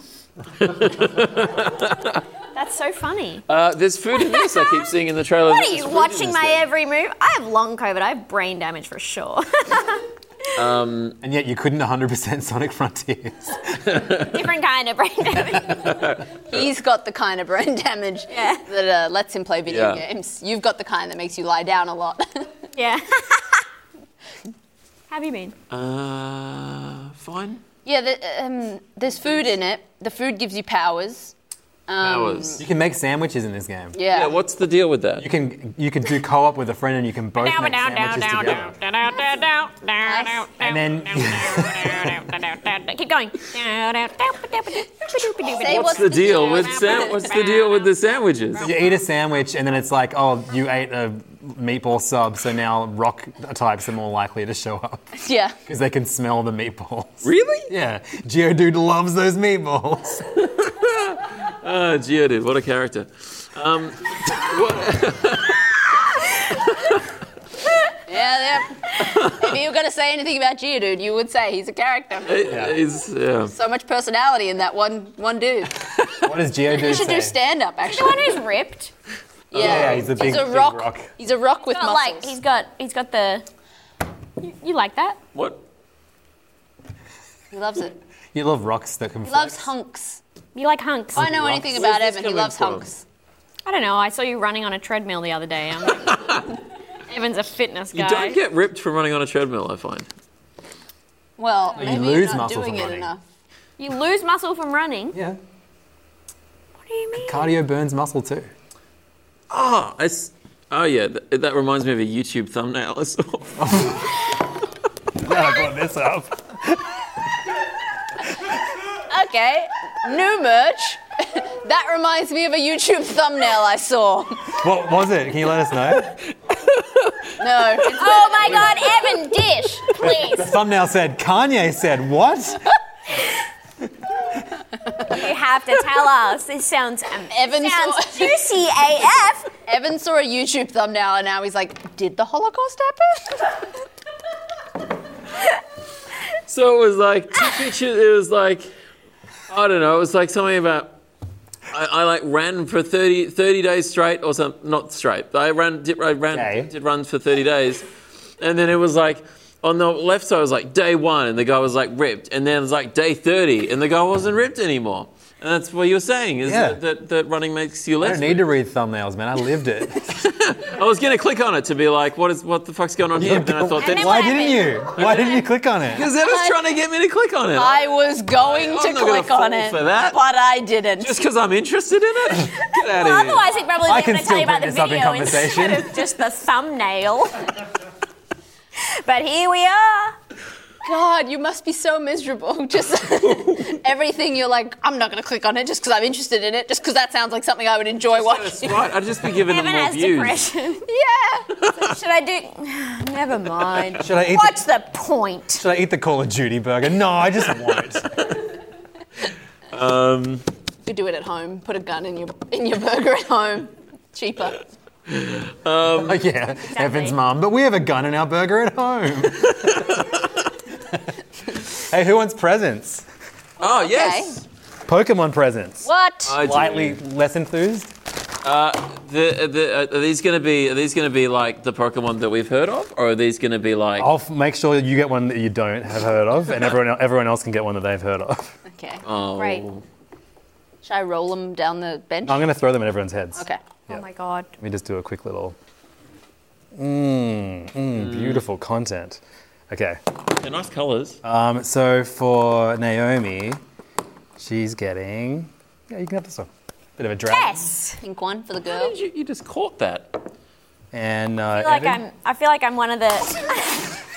Speaker 6: that's so funny.
Speaker 2: Uh, there's food in this. I keep seeing in the trailer.
Speaker 6: What are you watching my every move? I have long COVID. I have brain damage for sure.
Speaker 4: And yet you couldn't 100% Sonic Frontiers.
Speaker 6: Different kind of brain damage.
Speaker 3: He's got the kind of brain damage that uh, lets him play video
Speaker 2: Yeah.
Speaker 3: games. You've got the kind that makes you lie down a lot.
Speaker 6: Yeah. have you been?
Speaker 2: Uh, fine.
Speaker 3: yeah, the, um, there's food in it. The food gives you powers.
Speaker 2: Powers.
Speaker 4: You can make sandwiches in this game.
Speaker 3: Yeah.
Speaker 2: yeah, what's the deal with that?
Speaker 4: You can you can do co-op with a friend, and you can both make sandwiches together. And then
Speaker 6: Keep going.
Speaker 3: Say
Speaker 2: What's the deal with sam- What's the deal with the sandwiches?
Speaker 4: you eat a sandwich, and then it's like, oh, you ate a meatball sub, so now rock types are more likely to show up
Speaker 3: Yeah.
Speaker 4: because they can smell the meatballs.
Speaker 2: Really?
Speaker 4: Yeah, Geodude loves those meatballs.
Speaker 2: Oh, Geodude, what a character. Um, what-
Speaker 3: Yeah, yeah. if you were going to say anything about Geodude, you would say he's a character.
Speaker 2: he's- yeah.
Speaker 3: So much personality in that one one dude.
Speaker 4: What does Geodude
Speaker 3: You should
Speaker 4: say?
Speaker 3: do stand up, actually.
Speaker 6: One who's ripped,
Speaker 3: Yeah.
Speaker 4: yeah, he's a big- big
Speaker 3: rock.
Speaker 4: rock.
Speaker 3: He's a rock with
Speaker 6: but
Speaker 3: muscles.
Speaker 6: like he's got he's got the. You, you like that?
Speaker 2: What?
Speaker 3: he loves it.
Speaker 4: you love rocks that can.
Speaker 3: He loves hunks.
Speaker 6: You like hunks?
Speaker 3: I know anything about
Speaker 2: Where's this
Speaker 3: Evan. He
Speaker 2: coming
Speaker 3: loves
Speaker 2: from?
Speaker 3: hunks.
Speaker 6: I don't know. I saw you running on a treadmill the other day. I'm like, Evan's a fitness
Speaker 2: You
Speaker 6: guy.
Speaker 2: don't get ripped from running on a treadmill, I find.
Speaker 3: Well,
Speaker 4: you
Speaker 3: maybe
Speaker 4: lose
Speaker 3: you're not
Speaker 4: muscle
Speaker 3: doing
Speaker 4: from
Speaker 3: it
Speaker 4: running.
Speaker 3: enough.
Speaker 6: You lose muscle from running.
Speaker 4: Yeah,
Speaker 6: What do you mean?
Speaker 4: cardio burns muscle too.
Speaker 2: Ah, I s- oh yeah, th- that reminds me of a YouTube thumbnail I saw.
Speaker 4: Glad I brought this up.
Speaker 3: Okay, new merch. that reminds me of a YouTube thumbnail I saw.
Speaker 4: What was it? Can you let us know?
Speaker 3: No, it's
Speaker 6: Oh my God, Evan, dish, please.
Speaker 4: Thumbnail said Kanye said what?
Speaker 6: You have to tell us. This sounds um,
Speaker 3: Evan
Speaker 6: sounds
Speaker 3: saw-
Speaker 6: juicy AF.
Speaker 3: Evan saw a YouTube thumbnail and now he's like, did the Holocaust happen?
Speaker 2: So it was like two pictures. It was like I don't know. It was like something about I, I like ran for 30, 30 days straight or something. Not straight. but I ran. Did, I ran.
Speaker 4: Okay.
Speaker 2: Did runs for thirty days, and then it was like. On the left side was like day one, and the guy was like ripped, and then it was like day thirty, and the guy wasn't ripped anymore. And that's what you're saying is
Speaker 4: Yeah.
Speaker 2: that, that, that running makes you
Speaker 4: I
Speaker 2: less.
Speaker 4: don't need to read thumbnails, man. I lived it.
Speaker 2: I was gonna click on it to be like, what is what the fuck's going on here? And I thought that
Speaker 6: then
Speaker 4: Why
Speaker 6: what
Speaker 4: didn't you? Why didn't you click on it?
Speaker 2: because Emma's trying to get me to click on it.
Speaker 3: I was going
Speaker 2: I'm
Speaker 3: to
Speaker 2: not gonna
Speaker 3: click on
Speaker 2: fall
Speaker 3: it,
Speaker 2: for that.
Speaker 3: but I didn't.
Speaker 2: Just because I'm interested in it? Get out of
Speaker 6: Well,
Speaker 2: here.
Speaker 6: otherwise, he'd probably
Speaker 4: I
Speaker 6: be
Speaker 4: can
Speaker 6: able to tell you
Speaker 4: still
Speaker 6: about the
Speaker 4: bring this up in
Speaker 6: video
Speaker 4: conversation.
Speaker 6: instead of just the thumbnail. but here we are.
Speaker 3: God, you must be so miserable. Just everything you're like, I'm not going to click on it just because I'm interested in it, just because that sounds like something I would enjoy
Speaker 2: That's
Speaker 3: watching.
Speaker 2: right. I'd just be giving them
Speaker 6: Evan
Speaker 2: more
Speaker 6: has
Speaker 2: views.
Speaker 6: depression.
Speaker 3: yeah.
Speaker 6: Should I do? Never mind.
Speaker 4: Should I eat? The,
Speaker 6: What's the point?
Speaker 4: should I eat the Call of Duty burger? No, I just won't.
Speaker 2: Um,
Speaker 3: You could do it at home. Put a gun in your in your burger at home. Cheaper.
Speaker 4: Oh yeah, Evan's mum. But we have a gun in our burger at home. hey, who wants presents?
Speaker 2: oh, yes.
Speaker 4: Pokemon presents.
Speaker 6: What?
Speaker 2: I do. Uh,
Speaker 4: Slightly less enthused.
Speaker 2: The, the, are these going to be are these going to be like the Pokemon that we've heard of, or are these going to be like?
Speaker 4: I'll f- make sure you get one that you don't have heard of, and everyone el- everyone else can get one that they've heard of.
Speaker 3: Okay.
Speaker 2: oh,
Speaker 3: Right. Should I roll them down the bench?
Speaker 4: I'm gonna throw them at everyone's heads.
Speaker 3: Okay.
Speaker 6: Oh my god.
Speaker 4: Let me just do a quick little. Mmm, mm, beautiful content. Okay,
Speaker 2: They're nice colours.
Speaker 4: um, so for Naomi, she's getting. Yeah, you can have this one. Bit of a drag.
Speaker 6: Yes.
Speaker 3: Pink one for the
Speaker 2: How
Speaker 3: girl.
Speaker 2: did you, you just caught that.
Speaker 4: And uh,
Speaker 6: I feel like
Speaker 4: Evan?
Speaker 6: I'm. I feel like I'm one of the.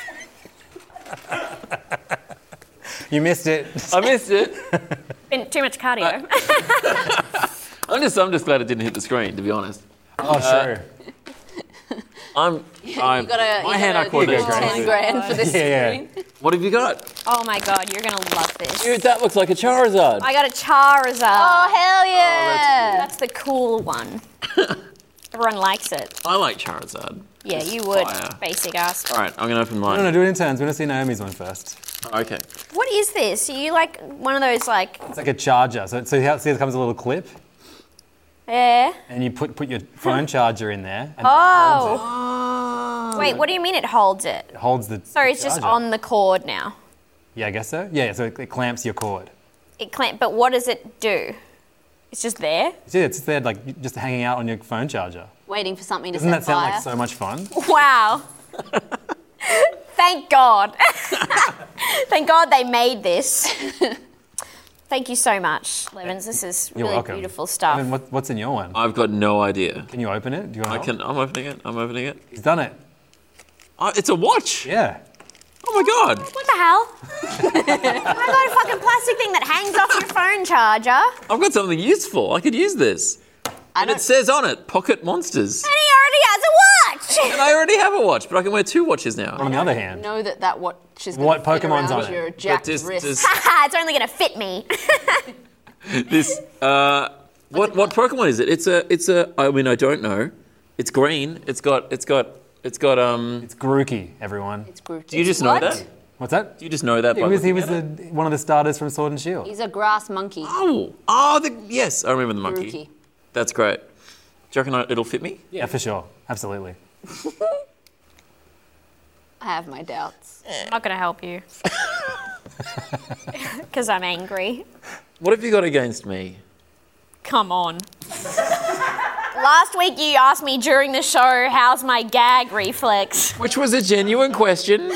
Speaker 4: you missed it.
Speaker 2: I missed it.
Speaker 6: Been too much cardio.
Speaker 2: I'm just I'm just glad it didn't hit the screen. To be honest,
Speaker 4: Oh,
Speaker 6: Uh,
Speaker 4: sure.
Speaker 2: I'm. I'm
Speaker 3: You gotta,
Speaker 2: my
Speaker 3: you
Speaker 2: hand eye
Speaker 3: gotta
Speaker 4: Here
Speaker 3: do
Speaker 4: you go,
Speaker 2: coordination.
Speaker 4: Grace.
Speaker 3: ten grand for this
Speaker 4: Yeah, yeah.
Speaker 3: screen.
Speaker 2: What have you got?
Speaker 6: oh my god, you're gonna love this.
Speaker 2: Dude, that looks like a Charizard.
Speaker 6: I got a Charizard.
Speaker 3: Oh hell yeah!
Speaker 6: That's the cool one. Everyone likes it.
Speaker 2: I like Charizard.
Speaker 6: Yeah, you would.
Speaker 2: Fire.
Speaker 6: Basic ass.
Speaker 2: All right, I'm gonna open
Speaker 4: No, no,
Speaker 2: mine.
Speaker 4: do it in turns. We're gonna see Naomi's one first.
Speaker 2: Okay.
Speaker 6: What is this? Are you like one of those like
Speaker 4: It's like a charger. So, so how, see, it comes a little clip,
Speaker 6: eh?
Speaker 4: and you put put your phone charger in there,
Speaker 6: Hmm.
Speaker 4: and
Speaker 6: Oh.
Speaker 3: Oh.
Speaker 6: Wait, what do you mean it holds it?
Speaker 4: it holds the.
Speaker 6: Sorry, it's just on the cord now.
Speaker 4: Yeah, I guess so. Yeah, so it, it clamps your cord.
Speaker 6: It clamp, but what does it do? It's just there.
Speaker 4: Yeah, it's there, like just hanging out on your phone charger.
Speaker 3: Waiting for something to
Speaker 4: Doesn't
Speaker 3: set
Speaker 4: that sound
Speaker 3: fire.
Speaker 4: like so much fun?
Speaker 6: Wow. Thank God. Thank God they made this. Thank you so much, Lemons. This is
Speaker 4: You're
Speaker 6: really
Speaker 4: welcome.
Speaker 6: beautiful stuff.
Speaker 4: Evan, what, what's in your one?
Speaker 2: I've got no idea.
Speaker 4: Can you open it? Do you want
Speaker 2: I
Speaker 4: help?
Speaker 2: can. I'm opening it. I'm opening it.
Speaker 4: He's done it.
Speaker 2: Oh, it's a watch.
Speaker 4: Yeah.
Speaker 2: Oh my god.
Speaker 6: What the hell? I got a fucking plastic thing that hangs off your phone charger.
Speaker 2: I've got something useful. I could use this. And it says on it, Pocket Monsters.
Speaker 6: And he already has a watch.
Speaker 2: And I already have a watch, but I can wear two watches now.
Speaker 4: On the other hand,
Speaker 3: know that that watch is gonna
Speaker 4: What
Speaker 3: fit
Speaker 4: Pokemon's
Speaker 3: around
Speaker 4: on it?
Speaker 3: your
Speaker 4: But
Speaker 3: jacked
Speaker 2: Does,
Speaker 3: wrist.
Speaker 2: does
Speaker 6: Haha, it's only gonna fit me.
Speaker 2: this uh, what what Pokemon is it? It's a it's a I mean I don't know. It's green. It's got it's got it's got um.
Speaker 4: it's Grookey, everyone.
Speaker 3: It's Groot.
Speaker 2: Do you just
Speaker 3: What?
Speaker 2: know that?
Speaker 4: What's that?
Speaker 2: Do you just know that?
Speaker 4: He
Speaker 2: by
Speaker 4: was, he
Speaker 2: looking
Speaker 4: was
Speaker 2: at it?
Speaker 4: the, one of the starters from Sword and Shield.
Speaker 3: He's a grass monkey.
Speaker 2: Oh, oh, the, yes, I remember the monkey.
Speaker 3: Grookey.
Speaker 2: That's great. Do you reckon I- it'll fit me?
Speaker 4: Yeah, for sure. Absolutely.
Speaker 3: I have my doubts.
Speaker 6: I'm not gonna help you. Because I'm angry.
Speaker 2: What have you got against me?
Speaker 6: Come on. Last week you asked me during the show, how's my gag reflex?
Speaker 2: Which was a genuine question.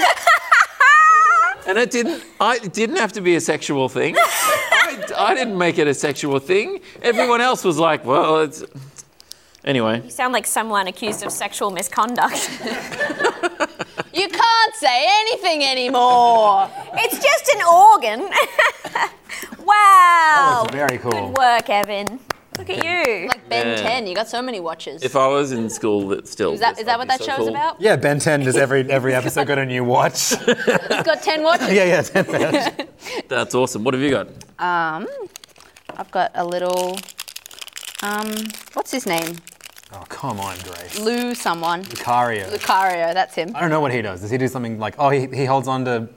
Speaker 2: And it didn't. I it didn't have to be a sexual thing. I, I didn't make it a sexual thing. Everyone else was like, "Well, it's." Anyway,
Speaker 6: You sound like someone accused of sexual misconduct.
Speaker 3: You can't say anything anymore.
Speaker 6: it's just an organ. wow.
Speaker 4: That's Oh, very cool.
Speaker 6: Good work, Evan. Look at you.
Speaker 3: like Ben
Speaker 2: Yeah.
Speaker 3: 10, you got so many watches.
Speaker 2: if I was in school, that still
Speaker 3: is that,
Speaker 2: this
Speaker 3: is that
Speaker 2: would be
Speaker 3: what that
Speaker 2: so
Speaker 3: show's
Speaker 2: cool.
Speaker 3: about?
Speaker 4: Yeah, Ben 10 does every every episode got a new watch.
Speaker 3: He's got 10 watches.
Speaker 4: yeah, yeah.
Speaker 2: That's awesome. What have you got?
Speaker 3: Um, I've got a little. Um, what's his name?
Speaker 4: oh, come on, Grace.
Speaker 3: Lou someone.
Speaker 4: Lucario.
Speaker 3: Lucario, that's him.
Speaker 4: I don't know what he does. Does he do something like, oh, he, he holds on to.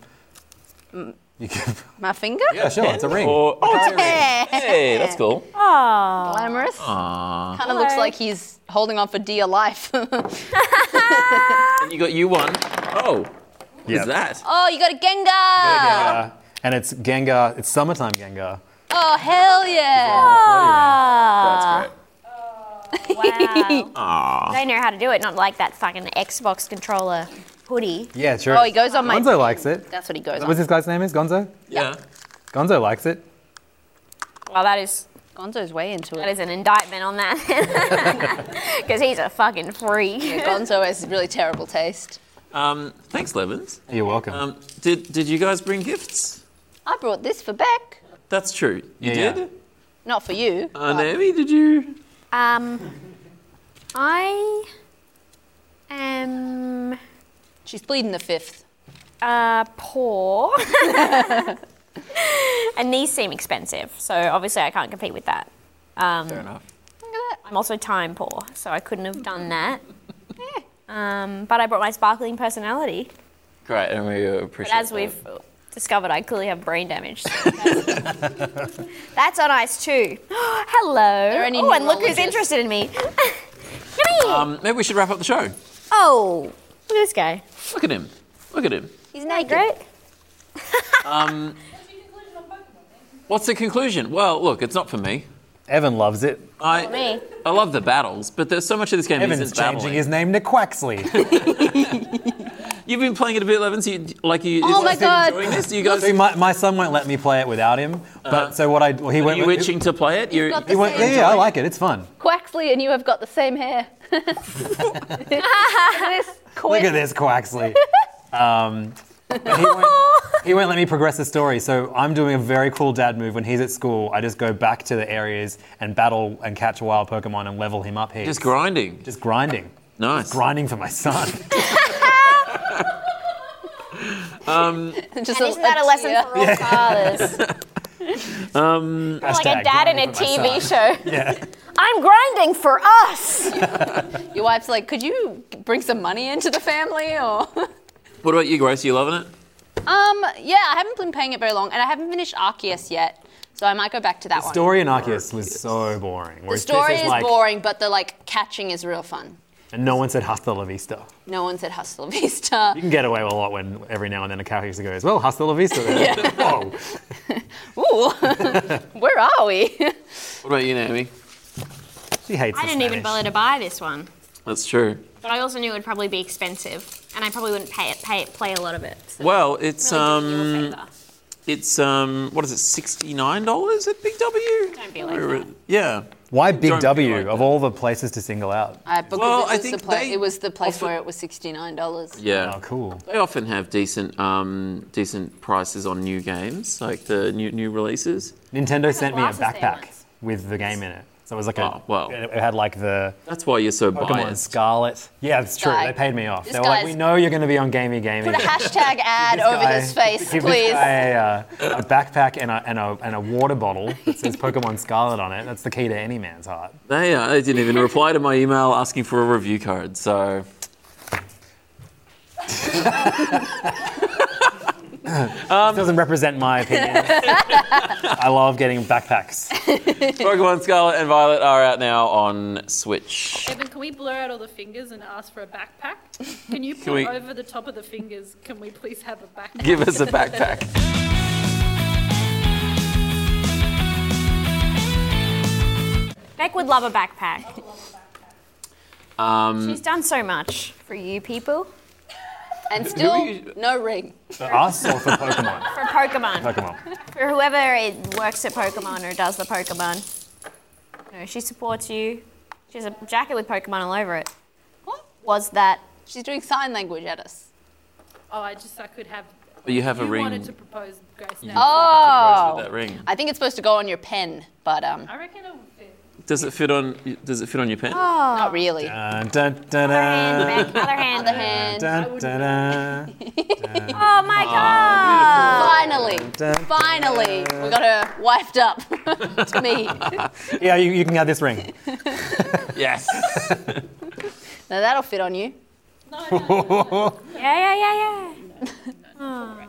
Speaker 6: Mm.
Speaker 4: You can,
Speaker 3: My finger?
Speaker 4: yeah, sure, it's a ring.
Speaker 2: Or, oh, it's a ring.
Speaker 3: Yeah.
Speaker 2: Hey, that's cool.
Speaker 3: Glamorous.
Speaker 4: Ah.
Speaker 3: Kind of looks like he's holding on for dear life.
Speaker 2: And you got you one. Oh, what
Speaker 4: Yep.
Speaker 2: is that?
Speaker 3: oh, you got a Gengar.
Speaker 4: Uh, and it's Gengar, it's summertime Gengar.
Speaker 3: Oh, hell yeah.
Speaker 2: That's great.
Speaker 6: Ah. Wow. They know how to do it, not like that fucking Xbox controller hoodie.
Speaker 4: Yeah, sure.
Speaker 3: Oh, he goes on my.
Speaker 4: Gonzo likes it.
Speaker 3: That's what he goes
Speaker 4: What's
Speaker 3: on.
Speaker 4: this guy's name is? Gonzo?
Speaker 2: Yeah.
Speaker 4: Gonzo likes it.
Speaker 6: Well, Oh, that is
Speaker 3: Gonzo's way into
Speaker 6: that
Speaker 3: it.
Speaker 6: is an indictment on that. Because he's a fucking freak.
Speaker 3: Gonzo has really terrible taste.
Speaker 2: Um, thanks, Levins.
Speaker 4: You're welcome.
Speaker 2: Um, did did you guys bring gifts?
Speaker 3: I brought this for Beck.
Speaker 2: That's true. You
Speaker 4: Yeah, yeah.
Speaker 2: did.
Speaker 3: Not for you.
Speaker 2: Uh, Naomi, did you?
Speaker 6: Um, I am
Speaker 3: She's pleading the fifth.
Speaker 6: uh, poor. and these seem expensive, so obviously I can't compete with that. Um,
Speaker 2: Fair enough.
Speaker 6: I'm also time poor, so I couldn't have done that. Um, but I brought my sparkling personality.
Speaker 2: Great, and we uh, appreciate.
Speaker 6: But as
Speaker 2: that.
Speaker 6: we've discovered, I clearly have brain damage. so that's- that's on ice too. Hello.
Speaker 3: there any
Speaker 6: oh, and look who's
Speaker 3: neurologists?
Speaker 6: interested in me. Come here.
Speaker 2: Um, maybe we should wrap up the show.
Speaker 6: oh, look at this guy.
Speaker 2: Look at him. Look at him. Um,
Speaker 6: Isn't that great?
Speaker 2: What's the conclusion? Well, look, it's not for me.
Speaker 4: Evan loves it.
Speaker 2: I
Speaker 6: Me.
Speaker 2: I love the battles, but there's so much of this game
Speaker 4: Evan's
Speaker 2: isn't
Speaker 4: changing
Speaker 2: battling.
Speaker 4: his name to Quaxley.
Speaker 2: You've been playing it a bit, Levins. You, like you. is-
Speaker 3: Oh my
Speaker 2: is he
Speaker 3: God.
Speaker 2: Enjoying this? Do you guys?
Speaker 4: See, my, my son won't let me play it without him. But so what I well, he
Speaker 2: Are
Speaker 4: went
Speaker 2: you
Speaker 4: with-
Speaker 2: itching to play it? You're,
Speaker 3: got
Speaker 4: He went, yeah, yeah, I like it. It's fun.
Speaker 3: Quaxley and you have got the same hair. this
Speaker 4: Look
Speaker 3: quick.
Speaker 4: at this Quaxley. Um, but he, won't, he won't let me progress the story, so I'm doing a very cool dad move. When he's at school, I just go back to the areas and battle and catch a wild Pokemon and level him up here.
Speaker 2: Just grinding.
Speaker 4: Just grinding,
Speaker 2: Nice.
Speaker 4: grinding for my son.
Speaker 3: Just
Speaker 6: Isn't that a lesson
Speaker 3: tear.
Speaker 6: for all fathers? like a dad in a TV show.
Speaker 4: Yeah.
Speaker 6: I'm grinding for us.
Speaker 3: Your wife's like, could you bring some money into the family or?
Speaker 2: What about you, Grace? Are you loving it?
Speaker 3: Um, yeah, I haven't been playing it very long, and I haven't finished Arceus yet, so I might go back to that one.
Speaker 4: Story in Arceus was so boring.
Speaker 3: The story is boring, but the like catching is real fun.
Speaker 4: And no one said hasta la vista.
Speaker 3: No one said hasta la vista.
Speaker 4: You can get away with a lot when every now and then a character goes, well, hasta la vista. then." Whoa.
Speaker 3: Ooh, where are we?
Speaker 2: What about you, Naomi?
Speaker 4: She hates
Speaker 6: I
Speaker 4: the
Speaker 6: didn't even
Speaker 4: Spanish.
Speaker 6: bother to buy this one,
Speaker 2: That's true.
Speaker 6: but I also knew it would probably be expensive, and I probably wouldn't pay it, pay it play a lot of it. So
Speaker 2: Well, it's
Speaker 6: really did you a
Speaker 2: um,
Speaker 6: favour.
Speaker 2: It's um, what is it, sixty nine dollars at Big W? Don't
Speaker 3: be like that.
Speaker 2: Yeah.
Speaker 4: Why Big
Speaker 2: Don't be
Speaker 4: W
Speaker 2: like
Speaker 4: of
Speaker 2: that.
Speaker 4: all the places to single out?
Speaker 3: Uh, because
Speaker 2: Well,
Speaker 3: it, was
Speaker 2: I think
Speaker 3: the pla-
Speaker 2: they
Speaker 3: it was the place
Speaker 2: offer-
Speaker 3: where it was $69.
Speaker 2: Yeah.
Speaker 4: Oh, cool.
Speaker 2: They often have decent um, decent prices on new games, like the new new releases.
Speaker 4: Nintendo sent me a
Speaker 6: glasses there
Speaker 4: backpack
Speaker 6: once.
Speaker 4: with the game in it. So it was like a.
Speaker 2: Oh, wow.
Speaker 4: It it had like the
Speaker 2: That's why you're so
Speaker 4: Pokemon
Speaker 2: biased.
Speaker 4: Scarlet. Yeah, it's true.
Speaker 3: guy.
Speaker 4: They paid me off.
Speaker 3: This
Speaker 4: They were like,
Speaker 3: guy's-
Speaker 4: we know you're going to be on Gamey Gamey.
Speaker 3: Put a hashtag ad over
Speaker 4: guy-
Speaker 3: his face,
Speaker 4: give
Speaker 3: please.
Speaker 4: This guy a, uh, a backpack and a, and, a, and a water bottle that says Pokemon Scarlet on it. That's the key to any man's heart.
Speaker 2: They, uh, they didn't even reply to my email asking for a review code. So. Um,
Speaker 4: it doesn't represent my opinion. I love getting backpacks.
Speaker 2: Pokemon Scarlet and Violet are out now on Switch.
Speaker 8: Evan, can we blur out all the fingers and ask for a backpack? Can you put
Speaker 2: we-
Speaker 8: over the top of the fingers? Can we please have a backpack?
Speaker 2: Give us a backpack.
Speaker 6: Beck would love a backpack.
Speaker 2: Um,
Speaker 6: She's done so much for you people,
Speaker 3: And still,
Speaker 2: you-
Speaker 3: no ring.
Speaker 4: For us or for Pokemon?
Speaker 6: for Pokemon,
Speaker 4: Pokemon.
Speaker 6: for whoever it works at Pokemon or does the Pokemon. No, she supports you. She has a jacket with Pokemon all over it.
Speaker 3: What?
Speaker 6: Was that?
Speaker 3: She's doing sign language at us.
Speaker 8: Oh, I just I could have.
Speaker 2: You have a
Speaker 8: you
Speaker 2: ring.
Speaker 8: wanted to propose Grace now.
Speaker 3: Oh.
Speaker 2: That ring.
Speaker 3: I think it's supposed to go on your pen, but um,
Speaker 8: I reckon it would fit.
Speaker 2: Does it fit on? Does it fit on your pen?
Speaker 3: not really.
Speaker 4: Dun, dun, dun,
Speaker 6: Hand,
Speaker 4: dun,
Speaker 6: Beck, other hand.
Speaker 3: Other hand.
Speaker 4: dun, dun,
Speaker 6: Oh my god!
Speaker 3: Finally,
Speaker 4: Uh, dun, dun.
Speaker 3: finally, we got her wiped up to me. Now
Speaker 4: Yeah, you, you can have this ring.
Speaker 2: Yes.
Speaker 3: that'll fit on you.
Speaker 6: Yeah, yeah, yeah, yeah. Oh.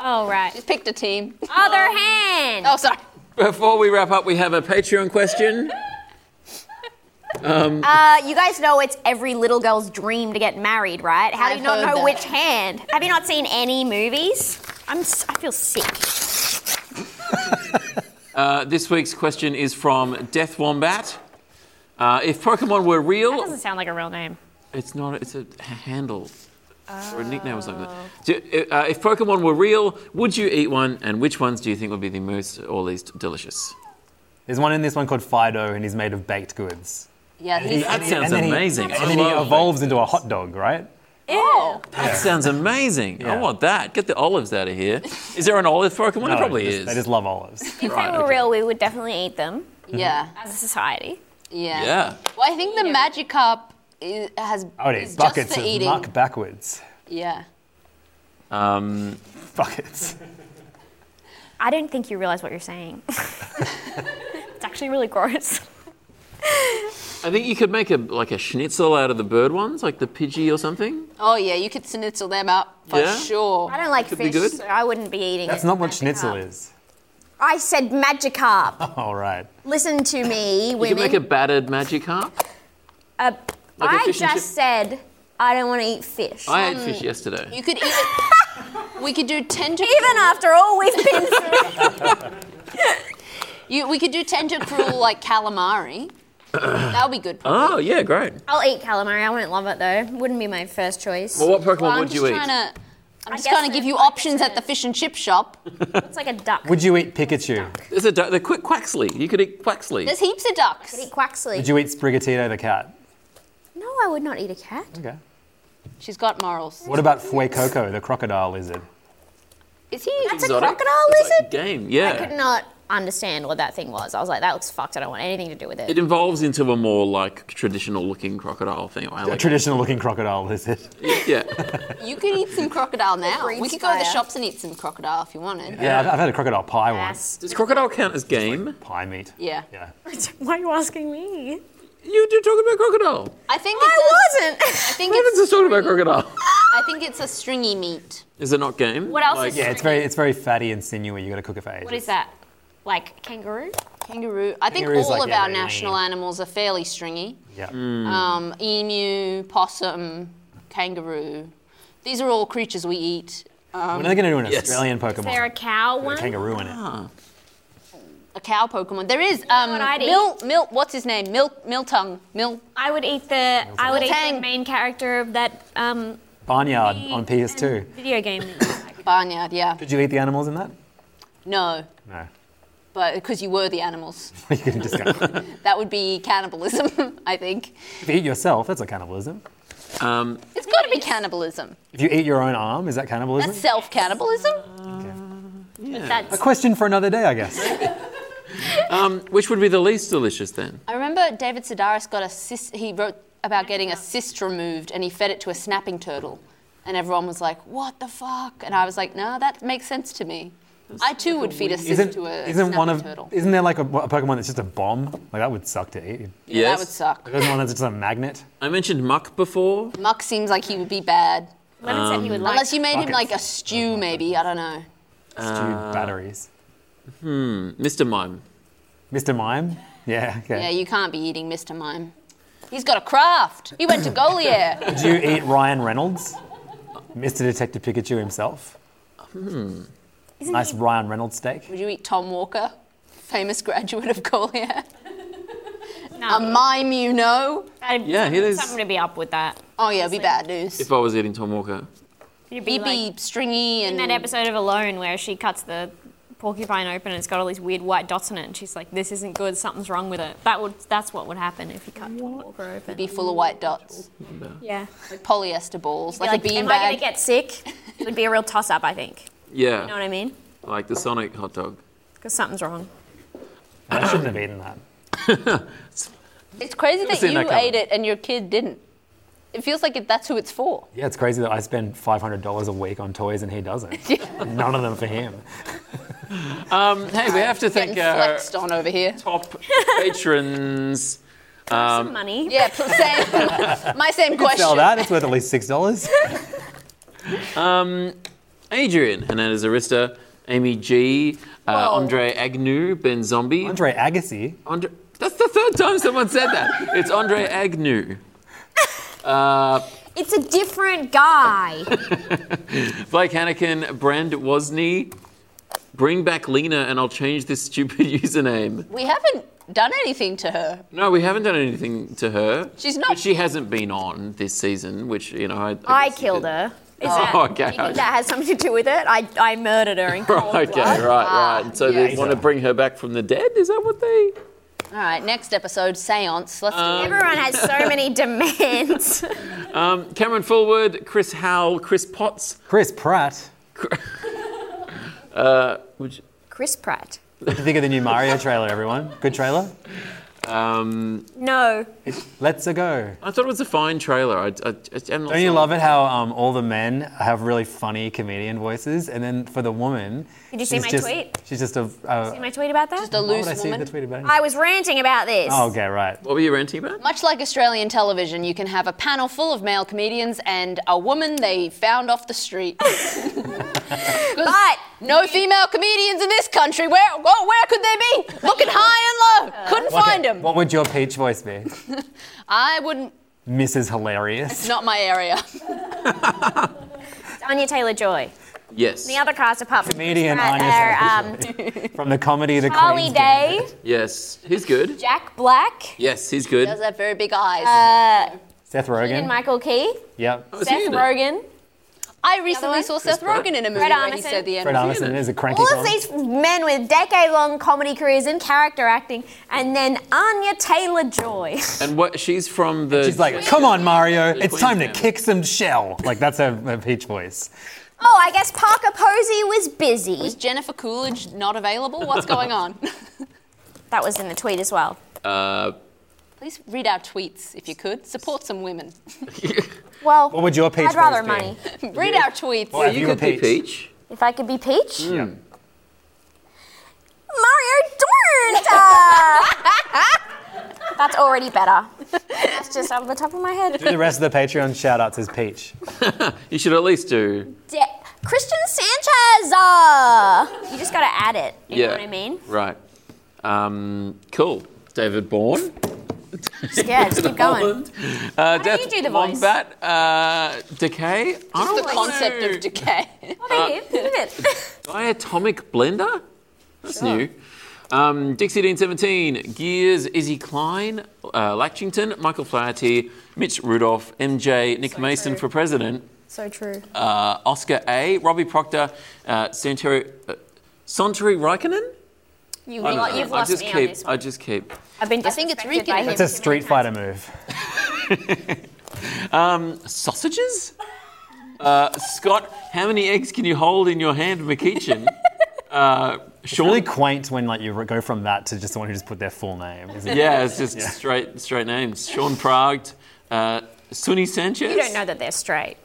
Speaker 6: oh right.
Speaker 3: Just picked a team.
Speaker 6: Other hand.
Speaker 3: Oh, sorry.
Speaker 2: Before we wrap up, we have a Patreon question.
Speaker 6: Uh, you guys know it's every little girl's dream to get married, right? How do you
Speaker 3: I've
Speaker 6: not
Speaker 3: heard
Speaker 6: know
Speaker 3: that.
Speaker 6: which hand? Have you not seen any movies? I'm. s- I feel sick.
Speaker 2: Uh, this week's question is from Death Wombat. Uh, if Pokemon were real,
Speaker 6: Doesn't sound like a real name.
Speaker 2: it's not. It's a h- handle or a nickname or something.
Speaker 4: Oh.
Speaker 2: Do, uh, if Pokemon were real, would you eat one? And which ones do you think would be the most or least delicious?
Speaker 4: There's one in this one called Fido, and he's made of baked goods.
Speaker 3: Yeah, he's,
Speaker 2: That sounds
Speaker 4: and then
Speaker 2: amazing.
Speaker 4: He, and then he evolves into a hot dog, right?
Speaker 3: oh,
Speaker 2: That sounds amazing. I
Speaker 4: Yeah.
Speaker 2: want that. Get the olives out of here. Is there an olive Pokemon? it
Speaker 4: No,
Speaker 2: probably
Speaker 4: just-
Speaker 2: is.
Speaker 4: Oh, They just love olives.
Speaker 6: If
Speaker 2: Right,
Speaker 6: they were
Speaker 2: okay.
Speaker 6: real, we would definitely eat them
Speaker 3: yeah,
Speaker 6: as a society.
Speaker 3: yeah,
Speaker 2: Yeah.
Speaker 3: Well, I think the magic cup is, has
Speaker 4: Howdy,
Speaker 3: is just
Speaker 4: Oh, buckets
Speaker 3: for
Speaker 4: of
Speaker 3: eating.
Speaker 4: muck backwards.
Speaker 3: Yeah.
Speaker 2: Um,
Speaker 4: Buckets.
Speaker 6: I don't think you realize what you're saying. it's actually really gross.
Speaker 2: I think you could make a like a schnitzel out of the bird ones, like the Pidgey or something.
Speaker 3: Oh yeah, you could schnitzel them up for
Speaker 2: Yeah?
Speaker 3: sure.
Speaker 6: I don't like
Speaker 2: Could be
Speaker 6: fish,
Speaker 2: good.
Speaker 6: so I wouldn't be eating
Speaker 4: That's
Speaker 6: it.
Speaker 4: not what schnitzel is.
Speaker 5: I said Magikarp.
Speaker 4: All right.
Speaker 5: Listen to me,
Speaker 2: You could
Speaker 5: women.
Speaker 2: make a battered Magikarp.
Speaker 5: Uh,
Speaker 2: like a
Speaker 5: I
Speaker 2: fish and
Speaker 5: just
Speaker 2: chip-
Speaker 5: said I don't want to eat fish.
Speaker 2: I ate
Speaker 4: Um,
Speaker 2: fish yesterday.
Speaker 3: You could eat it. we could do tentacle.
Speaker 5: Even after all we've been through.
Speaker 3: You, we could do tentacruel like calamari. that would be good.
Speaker 2: Oh yeah, great.
Speaker 5: I'll eat calamari. I wouldn't love it though. Wouldn't be my first choice.
Speaker 2: Well, what Pokemon
Speaker 3: Well, I'm
Speaker 2: would
Speaker 3: just
Speaker 2: you eat?
Speaker 3: trying to. I'm just
Speaker 6: guess
Speaker 3: trying to
Speaker 6: it-
Speaker 3: give you
Speaker 6: I guess
Speaker 3: options
Speaker 6: it
Speaker 3: at the fish and chip shop.
Speaker 6: It's like a duck.
Speaker 4: Would you eat Pikachu?
Speaker 2: There's a du- the quick Quaxley. You could eat Quaxley.
Speaker 3: There's heaps of ducks.
Speaker 5: Eat Quaxley.
Speaker 4: Would you eat Sprigatito the cat?
Speaker 5: no, I would not eat a cat.
Speaker 4: Okay.
Speaker 3: She's got morals.
Speaker 4: What about Fue Coco, the crocodile lizard?
Speaker 3: Is he?
Speaker 5: That's
Speaker 2: Exotic.
Speaker 5: a crocodile
Speaker 2: It's like
Speaker 5: lizard.
Speaker 2: game.
Speaker 5: I could
Speaker 2: Yeah.
Speaker 5: not understand what that thing was. I was like, that looks fucked. I don't want anything to do with it.
Speaker 2: It evolves into a more like traditional looking crocodile thing. I
Speaker 4: A
Speaker 2: like
Speaker 4: traditional looking crocodile lizard.
Speaker 2: Yeah.
Speaker 3: You could eat some crocodile now. We could go to the
Speaker 5: fire.
Speaker 3: shops and eat some crocodile if you wanted.
Speaker 4: Yeah, I've, I've had a crocodile pie once.
Speaker 6: Yes.
Speaker 2: Does crocodile count as game?
Speaker 4: Pie meat.
Speaker 3: Yeah.
Speaker 4: Yeah.
Speaker 6: Why are you asking me?
Speaker 2: You do talking about crocodile.
Speaker 3: I think it's. a- I think
Speaker 2: Kevin's
Speaker 3: it's.
Speaker 2: just talking about crocodile.
Speaker 3: I think it's a stringy meat.
Speaker 2: Is it not game?
Speaker 6: What else
Speaker 2: Like-
Speaker 6: is
Speaker 4: Yeah, it's very it's very fatty and sinewy. You got to cook it for ages.
Speaker 6: What is that? Like kangaroo?
Speaker 3: Kangaroo. I think
Speaker 4: Kangaroo's
Speaker 3: all
Speaker 4: like,
Speaker 3: of
Speaker 4: yeah,
Speaker 3: our
Speaker 4: very
Speaker 3: national
Speaker 4: lean.
Speaker 3: animals are fairly stringy.
Speaker 4: Yeah.
Speaker 2: Mm.
Speaker 3: Um, emu, possum, kangaroo. These are all creatures we eat.
Speaker 4: When are they going to do an
Speaker 2: Yes.
Speaker 4: Australian Pokemon?
Speaker 6: There a Ah. cow
Speaker 4: with
Speaker 6: one?
Speaker 4: a kangaroo in it.
Speaker 3: A cow Pokemon. There is um,
Speaker 6: what I'd eat?
Speaker 3: Mil, Mil, what's his name? Mil, Miltongue. Mil.
Speaker 6: I would eat the I would eat
Speaker 3: Tang.
Speaker 4: Uh,
Speaker 6: the main character of that um,
Speaker 4: Barnyard on PS2.
Speaker 6: video game.
Speaker 3: Barnyard, yeah.
Speaker 4: Did you eat the animals in that?
Speaker 3: No,
Speaker 4: No.
Speaker 3: but because you were the animals,
Speaker 4: you can just go.
Speaker 3: that would be cannibalism, I think.
Speaker 4: if you eat yourself, that's not cannibalism.
Speaker 2: Um,
Speaker 3: It's got to be cannibalism.
Speaker 4: If you eat your own arm, is that cannibalism?
Speaker 3: That's self cannibalism.
Speaker 6: uh,
Speaker 4: A question for another day, I guess.
Speaker 2: um, which would be the least delicious then?
Speaker 3: I remember David Sedaris got a sis. He wrote about getting a cyst removed, and he fed it to a snapping turtle, and everyone was like, "What the fuck?" And I was like, "No, that makes sense to me. I too would feed a cyst
Speaker 4: Isn't,
Speaker 3: to a
Speaker 4: isn't
Speaker 3: snapping
Speaker 4: one of
Speaker 3: turtle.
Speaker 4: isn't there like a, a Pokemon that's just a bomb? Like that would suck to eat.
Speaker 3: Yeah,
Speaker 2: yes.
Speaker 3: That would suck.
Speaker 4: There's one that's just a magnet.
Speaker 2: I mentioned muck before.
Speaker 3: Muck seems like he would be bad,
Speaker 6: Lemon said he
Speaker 4: Um,
Speaker 6: would like.
Speaker 3: unless you made him like a stew, maybe. I don't know. Uh,
Speaker 4: Stew batteries.
Speaker 2: Mr. Mime.
Speaker 4: Mr. Mime. Yeah.
Speaker 3: Yeah,
Speaker 4: Okay.
Speaker 3: you can't be eating Mr. Mime. He's got a craft. He went to Goliath.
Speaker 4: Did you eat Ryan Reynolds? Mr. Detective Pikachu himself.
Speaker 3: Hmm.
Speaker 6: Isn't
Speaker 4: Nice
Speaker 6: he-
Speaker 4: Ryan Reynolds steak.
Speaker 3: Would you eat Tom Walker, famous graduate of Goliath?
Speaker 6: no,
Speaker 3: A mime, you know?
Speaker 6: I'd-
Speaker 2: Yeah, he is-
Speaker 6: Something to be up with that.
Speaker 3: Oh yeah, it'd be bad news.
Speaker 2: If I was eating Tom Walker.
Speaker 6: You'd be
Speaker 3: He'd
Speaker 6: like-
Speaker 3: be stringy
Speaker 6: in
Speaker 3: and
Speaker 6: that episode of Alone where she cuts the porcupine open and it's got all these weird white dots in it, and she's like, "This isn't good. Something's wrong with it." That would that's what would happen if you cut one walker open.
Speaker 3: be full of white dots,
Speaker 6: yeah,
Speaker 3: like polyester balls, like, a bean
Speaker 6: am I
Speaker 3: bag.
Speaker 6: gonna get sick? It would be a real toss up, I think.
Speaker 2: Yeah.
Speaker 6: You know what I mean?
Speaker 2: Like the Sonic hot dog.
Speaker 6: Because something's wrong.
Speaker 4: I shouldn't have eaten that.
Speaker 3: It's crazy that
Speaker 2: seen
Speaker 3: you
Speaker 2: that coming.
Speaker 3: ate it and your kid didn't. It feels like it, that's who it's for.
Speaker 4: Yeah, it's crazy that I spend $500 a week on toys and he doesn't. None of them for him.
Speaker 2: Um, hey, we have to
Speaker 3: Getting
Speaker 2: thank our
Speaker 3: flexed on over here.
Speaker 2: top patrons.
Speaker 6: Some money.
Speaker 3: Yeah, pl- same. my same question.
Speaker 4: Sell that, it's worth at least $6.
Speaker 2: Adrian Hernandez Arista, Amy G, uh,
Speaker 3: Whoa.
Speaker 2: Andre Agnew, Ben Zombie.
Speaker 4: Andre Agassi.
Speaker 2: Andre- that's the third time someone said that. It's Andre Agnew. Uh,
Speaker 5: It's a different guy.
Speaker 2: Blake Hannikin, Brand Wozni. Bring back Lena and I'll change this stupid username.
Speaker 3: We haven't done anything to her.
Speaker 2: No, we haven't done anything to her.
Speaker 3: She's not-
Speaker 2: But she hasn't been on this season, which, you know, I.
Speaker 5: I
Speaker 2: guess you
Speaker 5: killed
Speaker 2: could-
Speaker 5: her. Is
Speaker 2: Oh, okay.
Speaker 5: that, that has something to do with it? I, I murdered her in cold
Speaker 2: Right, okay,
Speaker 5: blood.
Speaker 2: right, right. So they want to bring her back from the dead? Is that what they.
Speaker 3: All right, next episode, seance. Let's do it.
Speaker 5: Everyone has so many demands.
Speaker 2: Um, Cameron Fullwood, Chris Howell, Chris Potts.
Speaker 4: Chris Pratt.
Speaker 2: Which,
Speaker 5: Chris Pratt.
Speaker 4: What do you think of the new Mario trailer, everyone? Good trailer?
Speaker 2: um,
Speaker 5: No.
Speaker 4: Let's a go.
Speaker 2: I thought it was a fine trailer. I, I, I, am not
Speaker 4: Don't you
Speaker 2: sure.
Speaker 4: love it how um, all the men have really funny comedian voices, and then for the woman,
Speaker 6: Did you see
Speaker 4: she's
Speaker 6: my
Speaker 4: just,
Speaker 6: tweet?
Speaker 4: She's just a. Uh,
Speaker 6: See my tweet about that?
Speaker 3: The
Speaker 4: what would
Speaker 3: loose
Speaker 4: I see the
Speaker 3: woman.
Speaker 4: tweet about?
Speaker 5: I was ranting about this.
Speaker 4: oh, okay, right.
Speaker 2: What were you ranting about?
Speaker 3: Much like Australian television, you can have a panel full of male comedians and a woman they found off the street. 'Cause
Speaker 5: But
Speaker 3: no female comedians in this country. Where, oh, where could they be? Looking high and low, couldn't find
Speaker 4: Okay,
Speaker 3: them.
Speaker 4: What would your peach voice be?
Speaker 3: I wouldn't.
Speaker 4: Mrs. Hilarious.
Speaker 3: Not my area.
Speaker 6: It's Anya Taylor Joy.
Speaker 2: Yes.
Speaker 6: The other cast apart from
Speaker 4: Comedian
Speaker 6: Chris Pratt are, um,
Speaker 4: Anya Taylor-Joy. From the comedy The
Speaker 6: Harley
Speaker 4: Queen's Gambit.
Speaker 6: Day,
Speaker 2: Yes. He's good.
Speaker 6: Jack Black,
Speaker 2: Yes, he's good.
Speaker 3: Does have very big eyes.
Speaker 6: uh,
Speaker 4: Seth
Speaker 6: and
Speaker 4: Rogen.
Speaker 6: Michael Key,
Speaker 4: yep.
Speaker 2: Was he
Speaker 6: Seth
Speaker 2: in it?
Speaker 6: Rogen.
Speaker 3: I recently saw Seth
Speaker 2: Pratt?
Speaker 3: Rogen in a movie
Speaker 6: Fred
Speaker 3: where he
Speaker 6: Armisen.
Speaker 3: said the N
Speaker 4: Fred
Speaker 3: word.
Speaker 4: Armisen
Speaker 2: it?
Speaker 4: is a cranky
Speaker 5: all
Speaker 4: bum.
Speaker 5: of these men with decade-long comedy careers and character acting, and then Anya Taylor-Joy.
Speaker 2: And what? She's from the.
Speaker 4: She's like, come on, Mario, it's
Speaker 2: Queen's
Speaker 4: time to
Speaker 2: Gambit.
Speaker 4: kick some shell. Like, that's her, her peach voice.
Speaker 5: oh, I guess Parker Posey was busy.
Speaker 3: Is Jennifer Coolidge not available? What's going on?
Speaker 6: That was in the tweet as well.
Speaker 2: Uh,
Speaker 3: Please read our tweets if you could. Support some women.
Speaker 6: Well,
Speaker 4: What would your peach
Speaker 6: I'd rather
Speaker 4: voice be?
Speaker 6: money.
Speaker 3: Read our tweets.
Speaker 4: Well, have
Speaker 2: you
Speaker 4: you a
Speaker 2: could be
Speaker 4: peach?
Speaker 2: Peach.
Speaker 6: If I could be Peach,
Speaker 4: Hmm.
Speaker 5: Mario Dornta!
Speaker 6: that's already better. that's just off the top of my head.
Speaker 4: Do the rest of the Patreon shout outs as peach.
Speaker 2: You should at least do.
Speaker 5: De- Christian Sanchez! uh,
Speaker 6: You just gotta add it. You
Speaker 2: yeah.
Speaker 6: know what I mean?
Speaker 2: Right. Um, cool. David Bourne.
Speaker 6: Yeah, just keep going.
Speaker 2: Uh,
Speaker 6: do you
Speaker 2: Death
Speaker 6: do the voice?
Speaker 2: Wombat, uh, Decay. I
Speaker 3: The
Speaker 2: don't know.
Speaker 3: concept of decay.
Speaker 2: Diatomic Blender? That's new. Um, Dixie Dean 17, Gears, Izzy Klein, uh, Latchington, Michael Flaherty, Mitch Rudolph, MJ, Nick Mason for president.
Speaker 6: So true.
Speaker 2: uh, Oscar A, Robbie Proctor, uh, Santeri, uh, Sonteri Raikkonen?
Speaker 9: You,
Speaker 2: I don't know.
Speaker 9: you've
Speaker 2: I
Speaker 9: lost
Speaker 2: just
Speaker 9: me
Speaker 2: keep.
Speaker 9: on this one.
Speaker 2: I just keep.
Speaker 9: I've been
Speaker 3: I think it's
Speaker 9: disrespected by
Speaker 3: Rican.
Speaker 9: him
Speaker 4: It's a
Speaker 9: too
Speaker 4: Street
Speaker 9: many
Speaker 4: Fighter
Speaker 9: times.
Speaker 4: move.
Speaker 2: Sausages? Uh, Scott, how many eggs can you hold in your hand, McEachin? Uh, Sean,
Speaker 4: Really quaint when like you go from that to just someone who just put their full name. Is it?
Speaker 2: yeah, it's just straight straight names. Sean Prague, uh, Sunny Sanchez.
Speaker 6: You don't know that they're straight.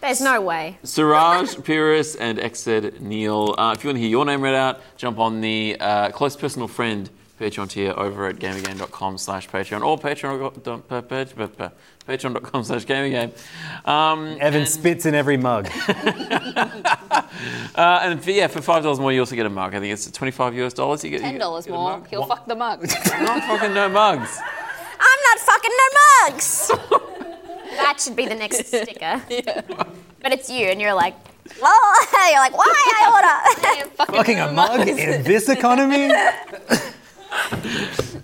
Speaker 6: There's no way.
Speaker 2: Siraj Pyrrhus and Exed Neil. Uh, if you want to hear your name read out, jump on the uh, close personal friend Patreon tier over at gamergame.com slash Patreon or patreon dot- pa- pa- pa- pa- patreon.com slash gamergame. Um,
Speaker 4: Evan spits in every mug.
Speaker 2: uh, and for, yeah, for $5 more, you also get a mug. I think it's 25 US dollars. You get,
Speaker 3: Ten dollars
Speaker 2: you get a
Speaker 3: more.
Speaker 2: mug.
Speaker 3: He'll fuck the mug.
Speaker 2: Not fucking no mugs.
Speaker 6: I'm not fucking no mugs. that should be the next sticker. But it's you, and you're like, lol. You're like, why I order?
Speaker 4: Fucking a mug in this economy?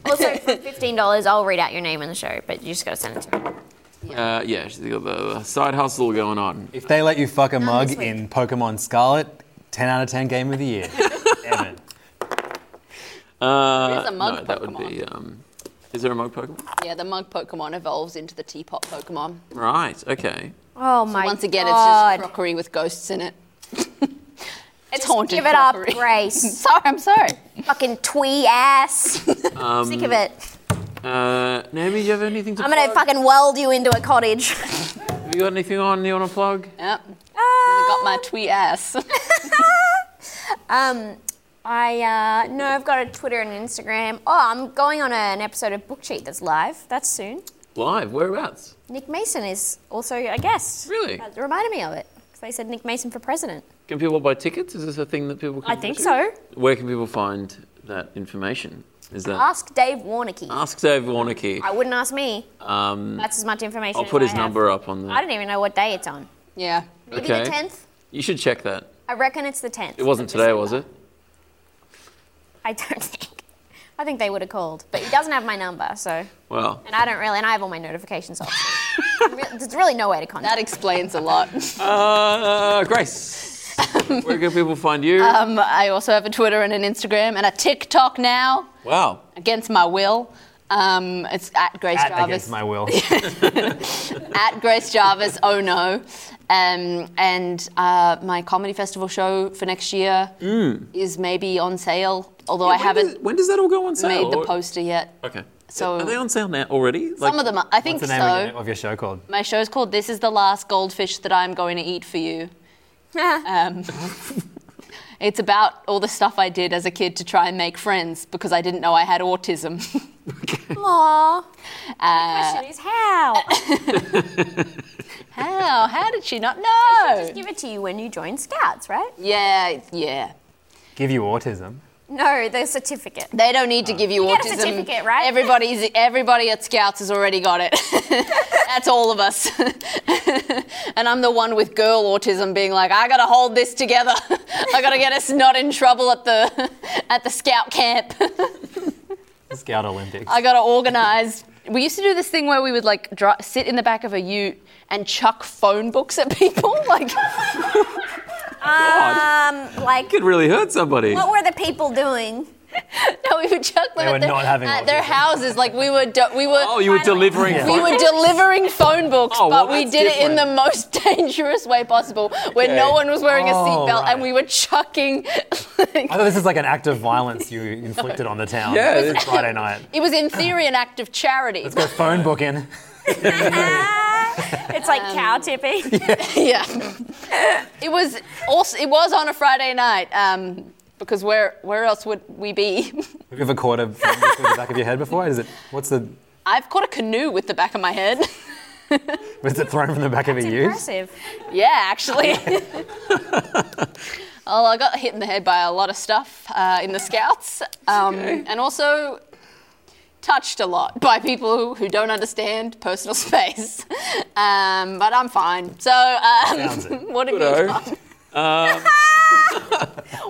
Speaker 6: also, for fifteen dollars, I'll read out your name on the show, but you just gotta send it to me.
Speaker 2: Uh, yeah, she's got the, the side hustle going on.
Speaker 4: If they let you fuck a mug
Speaker 6: this week.
Speaker 4: in Pokemon Scarlet, 10 out of 10 game of the year. Evan.
Speaker 2: Uh,
Speaker 3: There's a mug
Speaker 2: no, that would
Speaker 3: Pokemon.
Speaker 2: be. Um, is there a mug Pokemon?
Speaker 3: yeah, the mug Pokemon evolves into the teapot Pokemon.
Speaker 2: Right. Okay.
Speaker 6: Oh my
Speaker 3: Once again,
Speaker 6: God.
Speaker 3: it's just crockery with ghosts in it. it's haunted.
Speaker 6: Give it up,
Speaker 3: crockery.
Speaker 6: Grace.
Speaker 3: Sorry, I'm sorry.
Speaker 6: fucking twee ass.
Speaker 3: Um,
Speaker 6: Sick of it.
Speaker 2: Um, Uh, Naomi, do you have anything to?
Speaker 6: I'm gonna
Speaker 2: plug?
Speaker 6: fucking weld you into a cottage.
Speaker 2: Have you got anything on you want to plug?
Speaker 3: Yep. I got my twee ass.
Speaker 6: Um, I uh, no, I've got a Twitter and an Instagram. Oh, I'm going on a- an episode of Book Cheat that's live. That's soon.
Speaker 2: Live. Whereabouts?
Speaker 6: Nick Mason is also a guest.
Speaker 2: Really?
Speaker 6: That reminded me of it because they said Nick Mason for president.
Speaker 2: Can people buy tickets? Is this a thing that people? can
Speaker 6: I think
Speaker 2: do?
Speaker 6: so.
Speaker 2: Where can people find that information? Is that
Speaker 6: Ask Dave Warnicky.
Speaker 2: Ask Dave Warnicky?
Speaker 6: I wouldn't ask me.
Speaker 2: Um,
Speaker 6: That's as much information.
Speaker 2: I'll
Speaker 6: as
Speaker 2: put his
Speaker 6: I have.
Speaker 2: number up on the.
Speaker 6: I don't even know what day it's on.
Speaker 3: yeah.
Speaker 6: Maybe
Speaker 2: Okay.
Speaker 6: the tenth.
Speaker 2: You should check that.
Speaker 6: I reckon it's the tenth.
Speaker 2: It wasn't today, was it?
Speaker 6: I don't think. I think they would have called, but he doesn't have my number, so
Speaker 2: Well,
Speaker 6: and I don't really, and I have all my notifications off. so re- There's really no way to contact.
Speaker 3: That explains a lot.
Speaker 2: uh, Grace, where can people find you?
Speaker 3: Um, I also have a Twitter and an Instagram and a TikTok now,
Speaker 2: wow.
Speaker 3: against my will. Um, it's at Grace
Speaker 4: At
Speaker 3: Jarvis.
Speaker 4: against my will.
Speaker 3: at Grace Jarvis. Oh no! Um, and uh, my comedy festival show for next year
Speaker 4: Mm.
Speaker 3: is maybe on sale, although I
Speaker 2: When does-
Speaker 3: haven't
Speaker 2: when does that all go on sale?
Speaker 3: made the
Speaker 2: Or-
Speaker 3: poster yet.
Speaker 2: Okay.
Speaker 3: So-
Speaker 2: are they on sale now already?
Speaker 3: Some of them, are- I think
Speaker 4: What's the name
Speaker 3: so.
Speaker 4: of, your, of your show called?
Speaker 3: My show's called This Is the Last Goldfish That I'm Going to Eat for You. um, it's about all the stuff I did as a kid to try and make friends because I didn't know I had autism.
Speaker 6: Aww.
Speaker 3: Uh,
Speaker 6: question is how.
Speaker 3: how? How did she not know?
Speaker 6: Just give it to you when you join Scouts, right?
Speaker 3: Yeah, yeah.
Speaker 4: Give you autism.
Speaker 6: No, the certificate.
Speaker 3: They don't need to give you,
Speaker 6: get a
Speaker 3: autism.
Speaker 6: certificate, right?
Speaker 3: Everybody's everybody at Scouts has already got it. That's all of us. and I'm the one with girl autism, being like, I gotta hold this together. I gotta get us not in trouble at the at the Scout camp.
Speaker 4: Scout Olympics.
Speaker 3: I gotta organize. We used to do this thing where we would like dri sit in the back of a ute and chuck phone books at people. Like,
Speaker 6: Um, like,
Speaker 2: ah, could really hurt somebody.
Speaker 6: what were the people doing?
Speaker 3: no, we would chuck them
Speaker 4: They
Speaker 3: at,
Speaker 4: were
Speaker 3: their,
Speaker 4: not having
Speaker 3: at their
Speaker 4: autism.
Speaker 3: houses. Like, we were do- we were
Speaker 2: oh, you were delivering.
Speaker 4: Yeah.
Speaker 3: We were delivering phone books,
Speaker 2: Oh, well,
Speaker 3: but we
Speaker 2: that's
Speaker 3: did it in
Speaker 2: different.
Speaker 3: the most dangerous way possible, where no
Speaker 2: Okay.
Speaker 3: one was wearing a
Speaker 4: Oh,
Speaker 3: seatbelt,
Speaker 4: right.
Speaker 3: and we were chucking.
Speaker 4: I thought this is like an act of violence you inflicted on the town.
Speaker 2: Yeah,
Speaker 4: It's
Speaker 2: it's-
Speaker 4: Friday night.
Speaker 3: it was, in theory, an act of charity.
Speaker 4: Let's go phone booking.
Speaker 6: It's like
Speaker 3: Um,
Speaker 6: cow tipping.
Speaker 3: yeah, it was also it was on a Friday night. Um, because where where else would we be?
Speaker 4: Have you ever caught a phone book with the back of your head before? Is it what's the
Speaker 3: I've caught a canoe with the back of my head.
Speaker 4: was it thrown from the back of a youth?
Speaker 6: Impressive.
Speaker 3: yeah, actually. Oh, I got hit in the head by a lot of stuff uh, in the scouts, um, and also touched a lot by people who, who don't understand personal space. Um, but I'm fine. So, um,
Speaker 4: Sounds it.
Speaker 3: what have you
Speaker 2: Hello.
Speaker 3: got?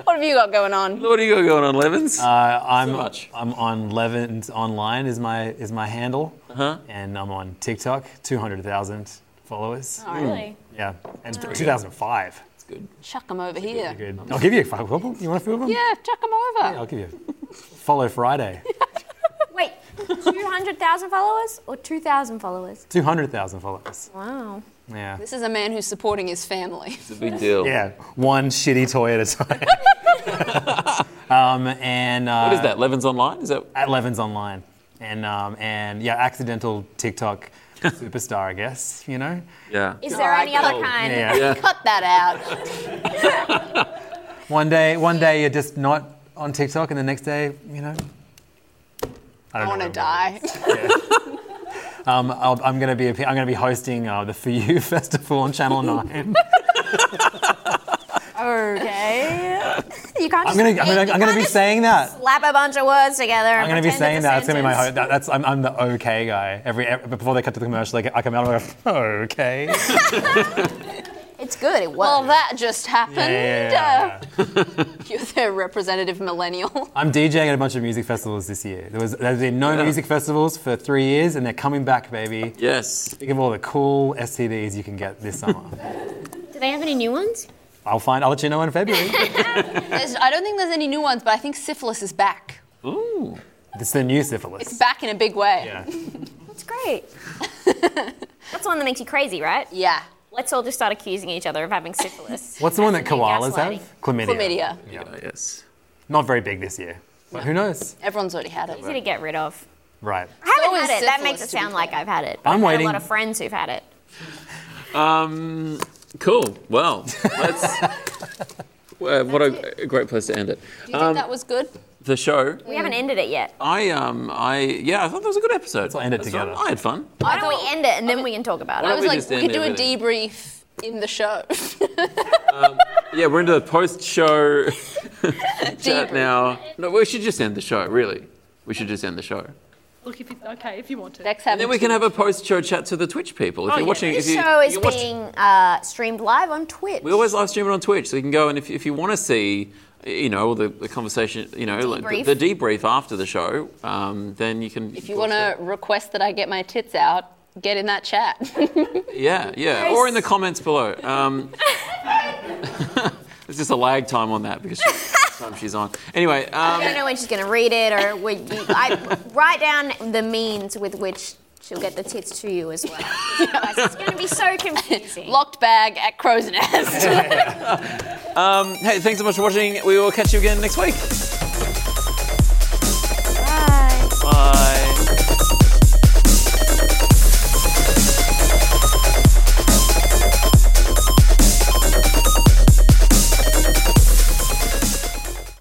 Speaker 3: What have you got going on?
Speaker 2: Uh, What do you got going on, Levins?
Speaker 4: Uh, I'm
Speaker 2: So much.
Speaker 4: I'm on Levin's online is my is my handle, uh-huh. and I'm on TikTok, two hundred thousand followers.
Speaker 3: Oh,
Speaker 4: Hmm.
Speaker 3: Really?
Speaker 4: Yeah, and 2005.
Speaker 2: It's good.
Speaker 3: Chuck them over here.
Speaker 4: Good. I'll give you five of them. You want a few of them?
Speaker 3: Yeah, chuck them over.
Speaker 4: I'll give you. Follow Friday.
Speaker 6: Wait, 200,000 followers or 2,000 followers?
Speaker 4: 200,000 followers.
Speaker 6: Wow.
Speaker 4: Yeah.
Speaker 3: This is a man who's supporting his family.
Speaker 2: It's a big deal.
Speaker 4: Yeah, one shitty toy at a time. um, and uh,
Speaker 2: What is that? Levin's online? Is that
Speaker 4: At Levin's online, and um, and yeah, accidental TikTok superstar, I guess. You know.
Speaker 2: yeah?
Speaker 6: Is there any other kind?
Speaker 4: Yeah.
Speaker 3: Cut that out.
Speaker 4: One day, one day you're just not on TikTok, and the next day, you know.
Speaker 3: I
Speaker 4: I don't
Speaker 3: want
Speaker 4: know
Speaker 3: to
Speaker 4: what-
Speaker 3: die.
Speaker 4: Um, I'll, I'm going to be appe- I'm going to be hosting uh, the For You festival on Channel Nine.
Speaker 5: Okay. you can't
Speaker 4: I'm
Speaker 5: just
Speaker 4: going to I'm going to I'm going to be saying that.
Speaker 5: slap a bunch of words together.
Speaker 4: I'm going to be saying that. That's going to be my ho- that, that's I'm, I'm the okay guy. Every, every before they cut to the commercial, like I come out and I go okay. Yeah,
Speaker 5: It's good. It works.
Speaker 3: Well, that just happened.
Speaker 4: yeah, yeah.
Speaker 3: Uh, you're their representative millennial.
Speaker 4: I'm DJing at a bunch of music festivals this year. There was there's been no
Speaker 2: Yeah.
Speaker 4: music festivals for three years, and they're coming back, baby.
Speaker 2: Yes.
Speaker 4: Think of all the cool STDs you can get this summer.
Speaker 6: Do they have any new ones?
Speaker 4: I'll find. I'll let you know in February.
Speaker 3: There's, I don't think there's any new ones, but I think syphilis is back.
Speaker 2: Ooh.
Speaker 4: it's the new syphilis.
Speaker 3: It's back in a big way.
Speaker 4: Yeah.
Speaker 6: That's great. That's the one that makes you crazy, right?
Speaker 3: Yeah.
Speaker 6: Let's all just start accusing each other of having syphilis.
Speaker 4: What's the one that
Speaker 6: That's the new
Speaker 4: koalas
Speaker 6: gaslighting.
Speaker 4: have? Chlamydia.
Speaker 3: Chlamydia.
Speaker 4: Yeah.
Speaker 2: Yes.
Speaker 4: Not very big this year, but who knows?
Speaker 3: Everyone's already had it.
Speaker 6: Easy to get rid of.
Speaker 4: Right.
Speaker 6: I haven't
Speaker 3: is
Speaker 6: had it. That
Speaker 3: syphilis,
Speaker 6: makes it
Speaker 3: to be
Speaker 6: sound like I've had it.
Speaker 4: I'm
Speaker 6: I've had
Speaker 4: waiting.
Speaker 6: a lot of friends who've had it.
Speaker 2: Um, cool. Well, let's. Uh, what a, a great place to end it. Um,
Speaker 3: Do you think that was good?
Speaker 2: The show.
Speaker 6: We
Speaker 5: Mm.
Speaker 6: haven't ended it yet.
Speaker 2: I um I yeah I thought that was a good episode. Let's
Speaker 4: all end it together.
Speaker 2: I had fun.
Speaker 6: Why don't we end it and then we can talk about
Speaker 2: Why
Speaker 6: it?
Speaker 3: I
Speaker 2: don't
Speaker 3: was
Speaker 2: we
Speaker 3: like,
Speaker 2: just
Speaker 3: we
Speaker 2: end
Speaker 3: could do a
Speaker 2: everything?
Speaker 3: debrief in the show.
Speaker 2: post show
Speaker 3: Debrief.
Speaker 2: chat now. No, we should just end the show. Really, we should just end the show.
Speaker 8: Look, if you, okay, if you want to.
Speaker 3: Next time.
Speaker 2: And then we can have a post show chat to the Twitch people. If
Speaker 3: Oh,
Speaker 2: you're watching,
Speaker 5: this
Speaker 2: if you,
Speaker 5: show
Speaker 2: if
Speaker 5: is
Speaker 2: you're watching-
Speaker 5: being uh, streamed live on Twitch.
Speaker 2: we always live stream it on Twitch, so you can go and if, if you want to see, you know, all the, the conversation, you know, like the, the debrief after the show, um, then you can.
Speaker 3: If you want to request that I get my tits out, get in that chat.
Speaker 2: Yeah, yeah. Or in the comments below. Um, there's just a lag time on that because she, time she's on. Anyway, um,
Speaker 5: I don't know when she's going to read it, or would you, I write down the means with which she'll get the tits to you as well. Otherwise, it's going to be so confusing.
Speaker 3: Locked bag at Crow's Nest.
Speaker 2: hey, thanks so much for watching. We will catch you again next week.